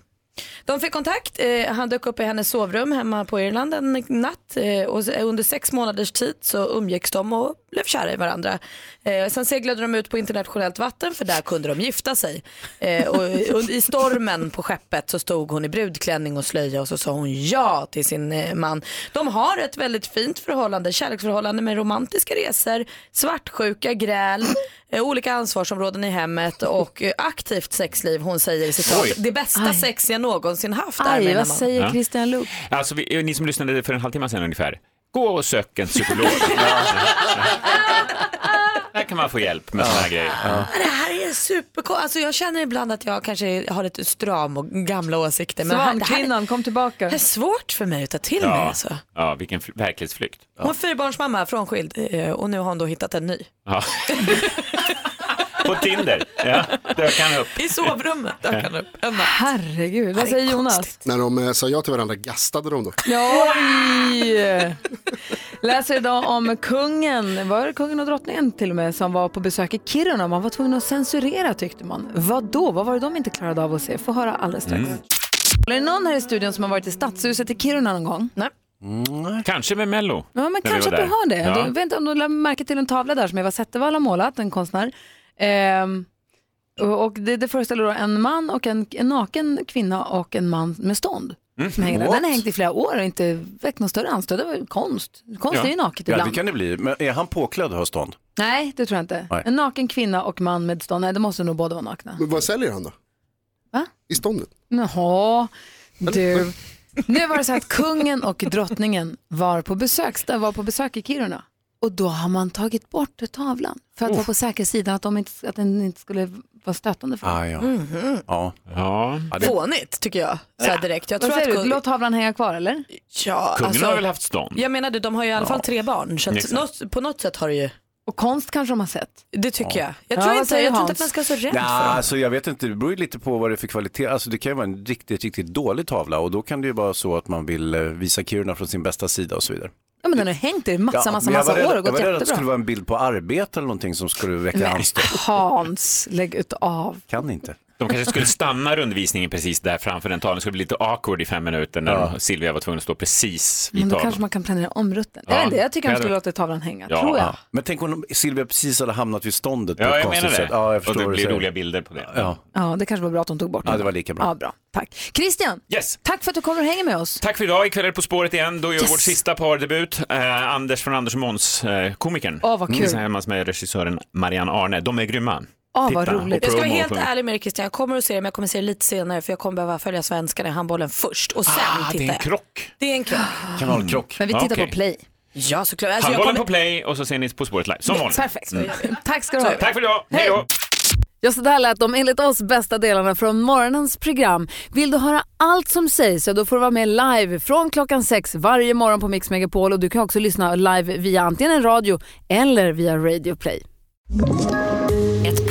B: De fick kontakt, eh, han dök upp i hennes sovrum hemma på Irland en natt eh, och s- under sex månaders tid så umgicks de och blev kära i varandra. Eh, sen seglade de ut på internationellt vatten för där kunde de gifta sig. Eh, och, och I stormen på skeppet så stod hon i brudklänning och slöja och så sa hon ja till sin eh, man. De har ett väldigt fint förhållande, kärleksförhållande med romantiska resor, svartsjuka, gräl, eh, olika ansvarsområden i hemmet och eh, aktivt sexliv. Hon säger citat,
G: Oj.
B: det bästa
A: Aj.
B: sex jag någonsin haft.
A: Aj,
B: menar
A: vad
B: man.
A: säger
G: Ja.
A: Christian Luuk?
G: Alltså, vi, ni som lyssnade för en halvtimme sedan ungefär, gå och sök en psykolog.
C: (laughs)
G: Där kan man få hjälp med sådana här grejer.
B: Det här är superkort. Alltså jag känner ibland att jag kanske har lite stram och gamla åsikter. Men det här, det här
A: Svankvinnan, kom tillbaka.
B: är svårt för mig att ta till mig.
G: Ja,
B: Alltså.
G: ja vilken fl- verklighetsflykt.
B: Hon är fyrbarnsmamma, frånskild eh, och nu har hon då hittat en ny.
G: Ja. (laughs) På Tinder. Ja, dök han upp.
R: I sovrummet dök han upp. En natt.
A: Herregud, vad säger Jonas?
E: När de eh, sa ja till varandra gastade de då.
A: Oj! Läser idag om kungen, var det kungen och drottningen till och med, som var på besök i Kiruna. Man var tvungen att censurera tyckte man. Vad då? Vad var det de inte klarade av att se? Få höra alldeles strax. Är det någon här i studion som har varit i stadshuset i Kiruna någon gång? Nej.
G: Mm, kanske med Mello.
A: Ja, men
G: när vi
A: kanske
G: var
A: att du
G: där.
A: har det.
G: Ja.
A: Du vet inte om du lade märke till en tavla där som Eva Zettervall har målat, en konstnär. Ehm, och och det, det föreställer då en man och en, en naken kvinna och en man med stånd.
C: Mm.
A: Som hänger där. Den
C: What?
A: har hängt i flera år och inte väckt någon större anstöt. Det var ju konst. Konst är ju naket
C: ja,
A: ibland.
C: det kan det bli. Men är han påklädd har stånd?
A: Nej, det tror jag inte.
C: Nej.
A: En naken kvinna och man med stånd. Nej, det måste nog båda vara nakna.
E: Men vad säljer han då?
A: Va?
E: I ståndet?
A: Jaha, du. Nu var det så här att kungen och drottningen var på besök, där var på besök i Kiruna. Och då har man tagit bort tavlan för
C: Oh.
A: att vara på säker sida att, de inte, att den inte skulle vara stötande för
C: Ah, ja.
B: Mhm.
C: ja.
G: ja.
C: det-
B: Fånigt tycker jag. Så här direkt. Jag
A: Vad
B: tror att
A: säger du,
B: kung-
A: låt tavlan hänga kvar eller?
B: Ja,
G: Kungen
B: alltså-
G: har väl haft stånd?
B: Jag menade, de har ju i alla fall tre barn. Så att
G: Exakt.
B: något, på något sätt har det ju...
A: Och konst kanske de har sett.
B: Det tycker
G: Ja.
B: jag. Jag
A: Ja,
B: tror,
A: vad
B: inte,
A: säger
B: jag tror
A: Hans?
B: inte att man ska vara så rädd
C: Ja,
B: för dem.
C: alltså jag vet inte, det beror ju lite på vad det är för kvalitet. Alltså det kan ju vara en riktigt, riktigt dålig tavla och då kan det ju vara så att man vill eh, visa Kiruna från sin bästa sida och så vidare.
A: Ja men den har hängt i massa,
C: Ja,
A: massa,
C: men jag
A: massa
C: var rädd-
A: år och
C: Jag var
A: gått
C: rädd att det skulle
A: jättebra.
C: vara en bild på arbete eller någonting som skulle väcka anstöt.
A: Hans, lägg ut av.
C: Kan inte.
G: De kanske skulle stanna undervisningen precis där framför den tavlan. Det skulle bli lite awkward i fem minuter när
C: Ja.
G: Silvia var tvungen att stå precis vid
A: Men då
G: tavlan.
A: kanske man kan planera om rutten.
G: Ja,
A: Jag, vet inte, jag tycker
G: det
A: de
G: hade
A: skulle
G: varit-
A: låta tavlan hänga,
G: Ja,
A: tror jag.
G: ja.
C: Men tänk om Silvia precis hade hamnat vid ståndet på
G: Ja,
C: ett
G: jag
C: konstigt
G: menar det.
C: sätt. Ja, jag
G: och
C: förstår
G: det
C: vad du
G: blir
C: säger.
G: roliga bilder på det.
C: Ja.
A: Ja, det kanske var bra att de tog bort den.
C: ja, det var lika bra.
A: Ja, bra. Tack. Christian,
G: Yes.
A: tack för att du kommer och hänger med oss.
G: Tack för idag. Ikväll är det På spåret igen. Då gör
A: Yes.
G: vårt sista pardebut. Eh, Anders från Anders och Måns, eh, komikern.
A: Åh, vad kul.
G: Tillsammans med regissören Marianne Arne. De är grymma.
A: Åh, vad
G: Titta,
A: roligt.
G: och
B: Jag ska vara
G: promo
B: helt
G: och-
B: ärlig med dig Christian, jag kommer att se det men jag kommer att se det lite senare för jag kommer behöva följa svenskarna i handbollen först och sen
G: Ah,
B: tittar
G: det är en
B: jag.
G: krock.
B: Det är en krock.
G: Kanalkrock.
A: Men vi tittar
G: Okej.
A: på Play.
B: Ja såklart. Alltså, jag
G: Handbollen
B: kommer...
G: på play och så ser ni På spåret live. Som vanligt.
A: Perfekt.
G: Mm.
A: Tack ska du ha.
G: Tack för idag. Hej då.
A: Ja, så där lät de enligt oss bästa delarna från morgonens program. Vill du höra allt som sägs så då får du vara med live från klockan sex varje morgon på Mix Megapol och du kan också lyssna live via antingen en radio eller via Radio Play.
U: Ett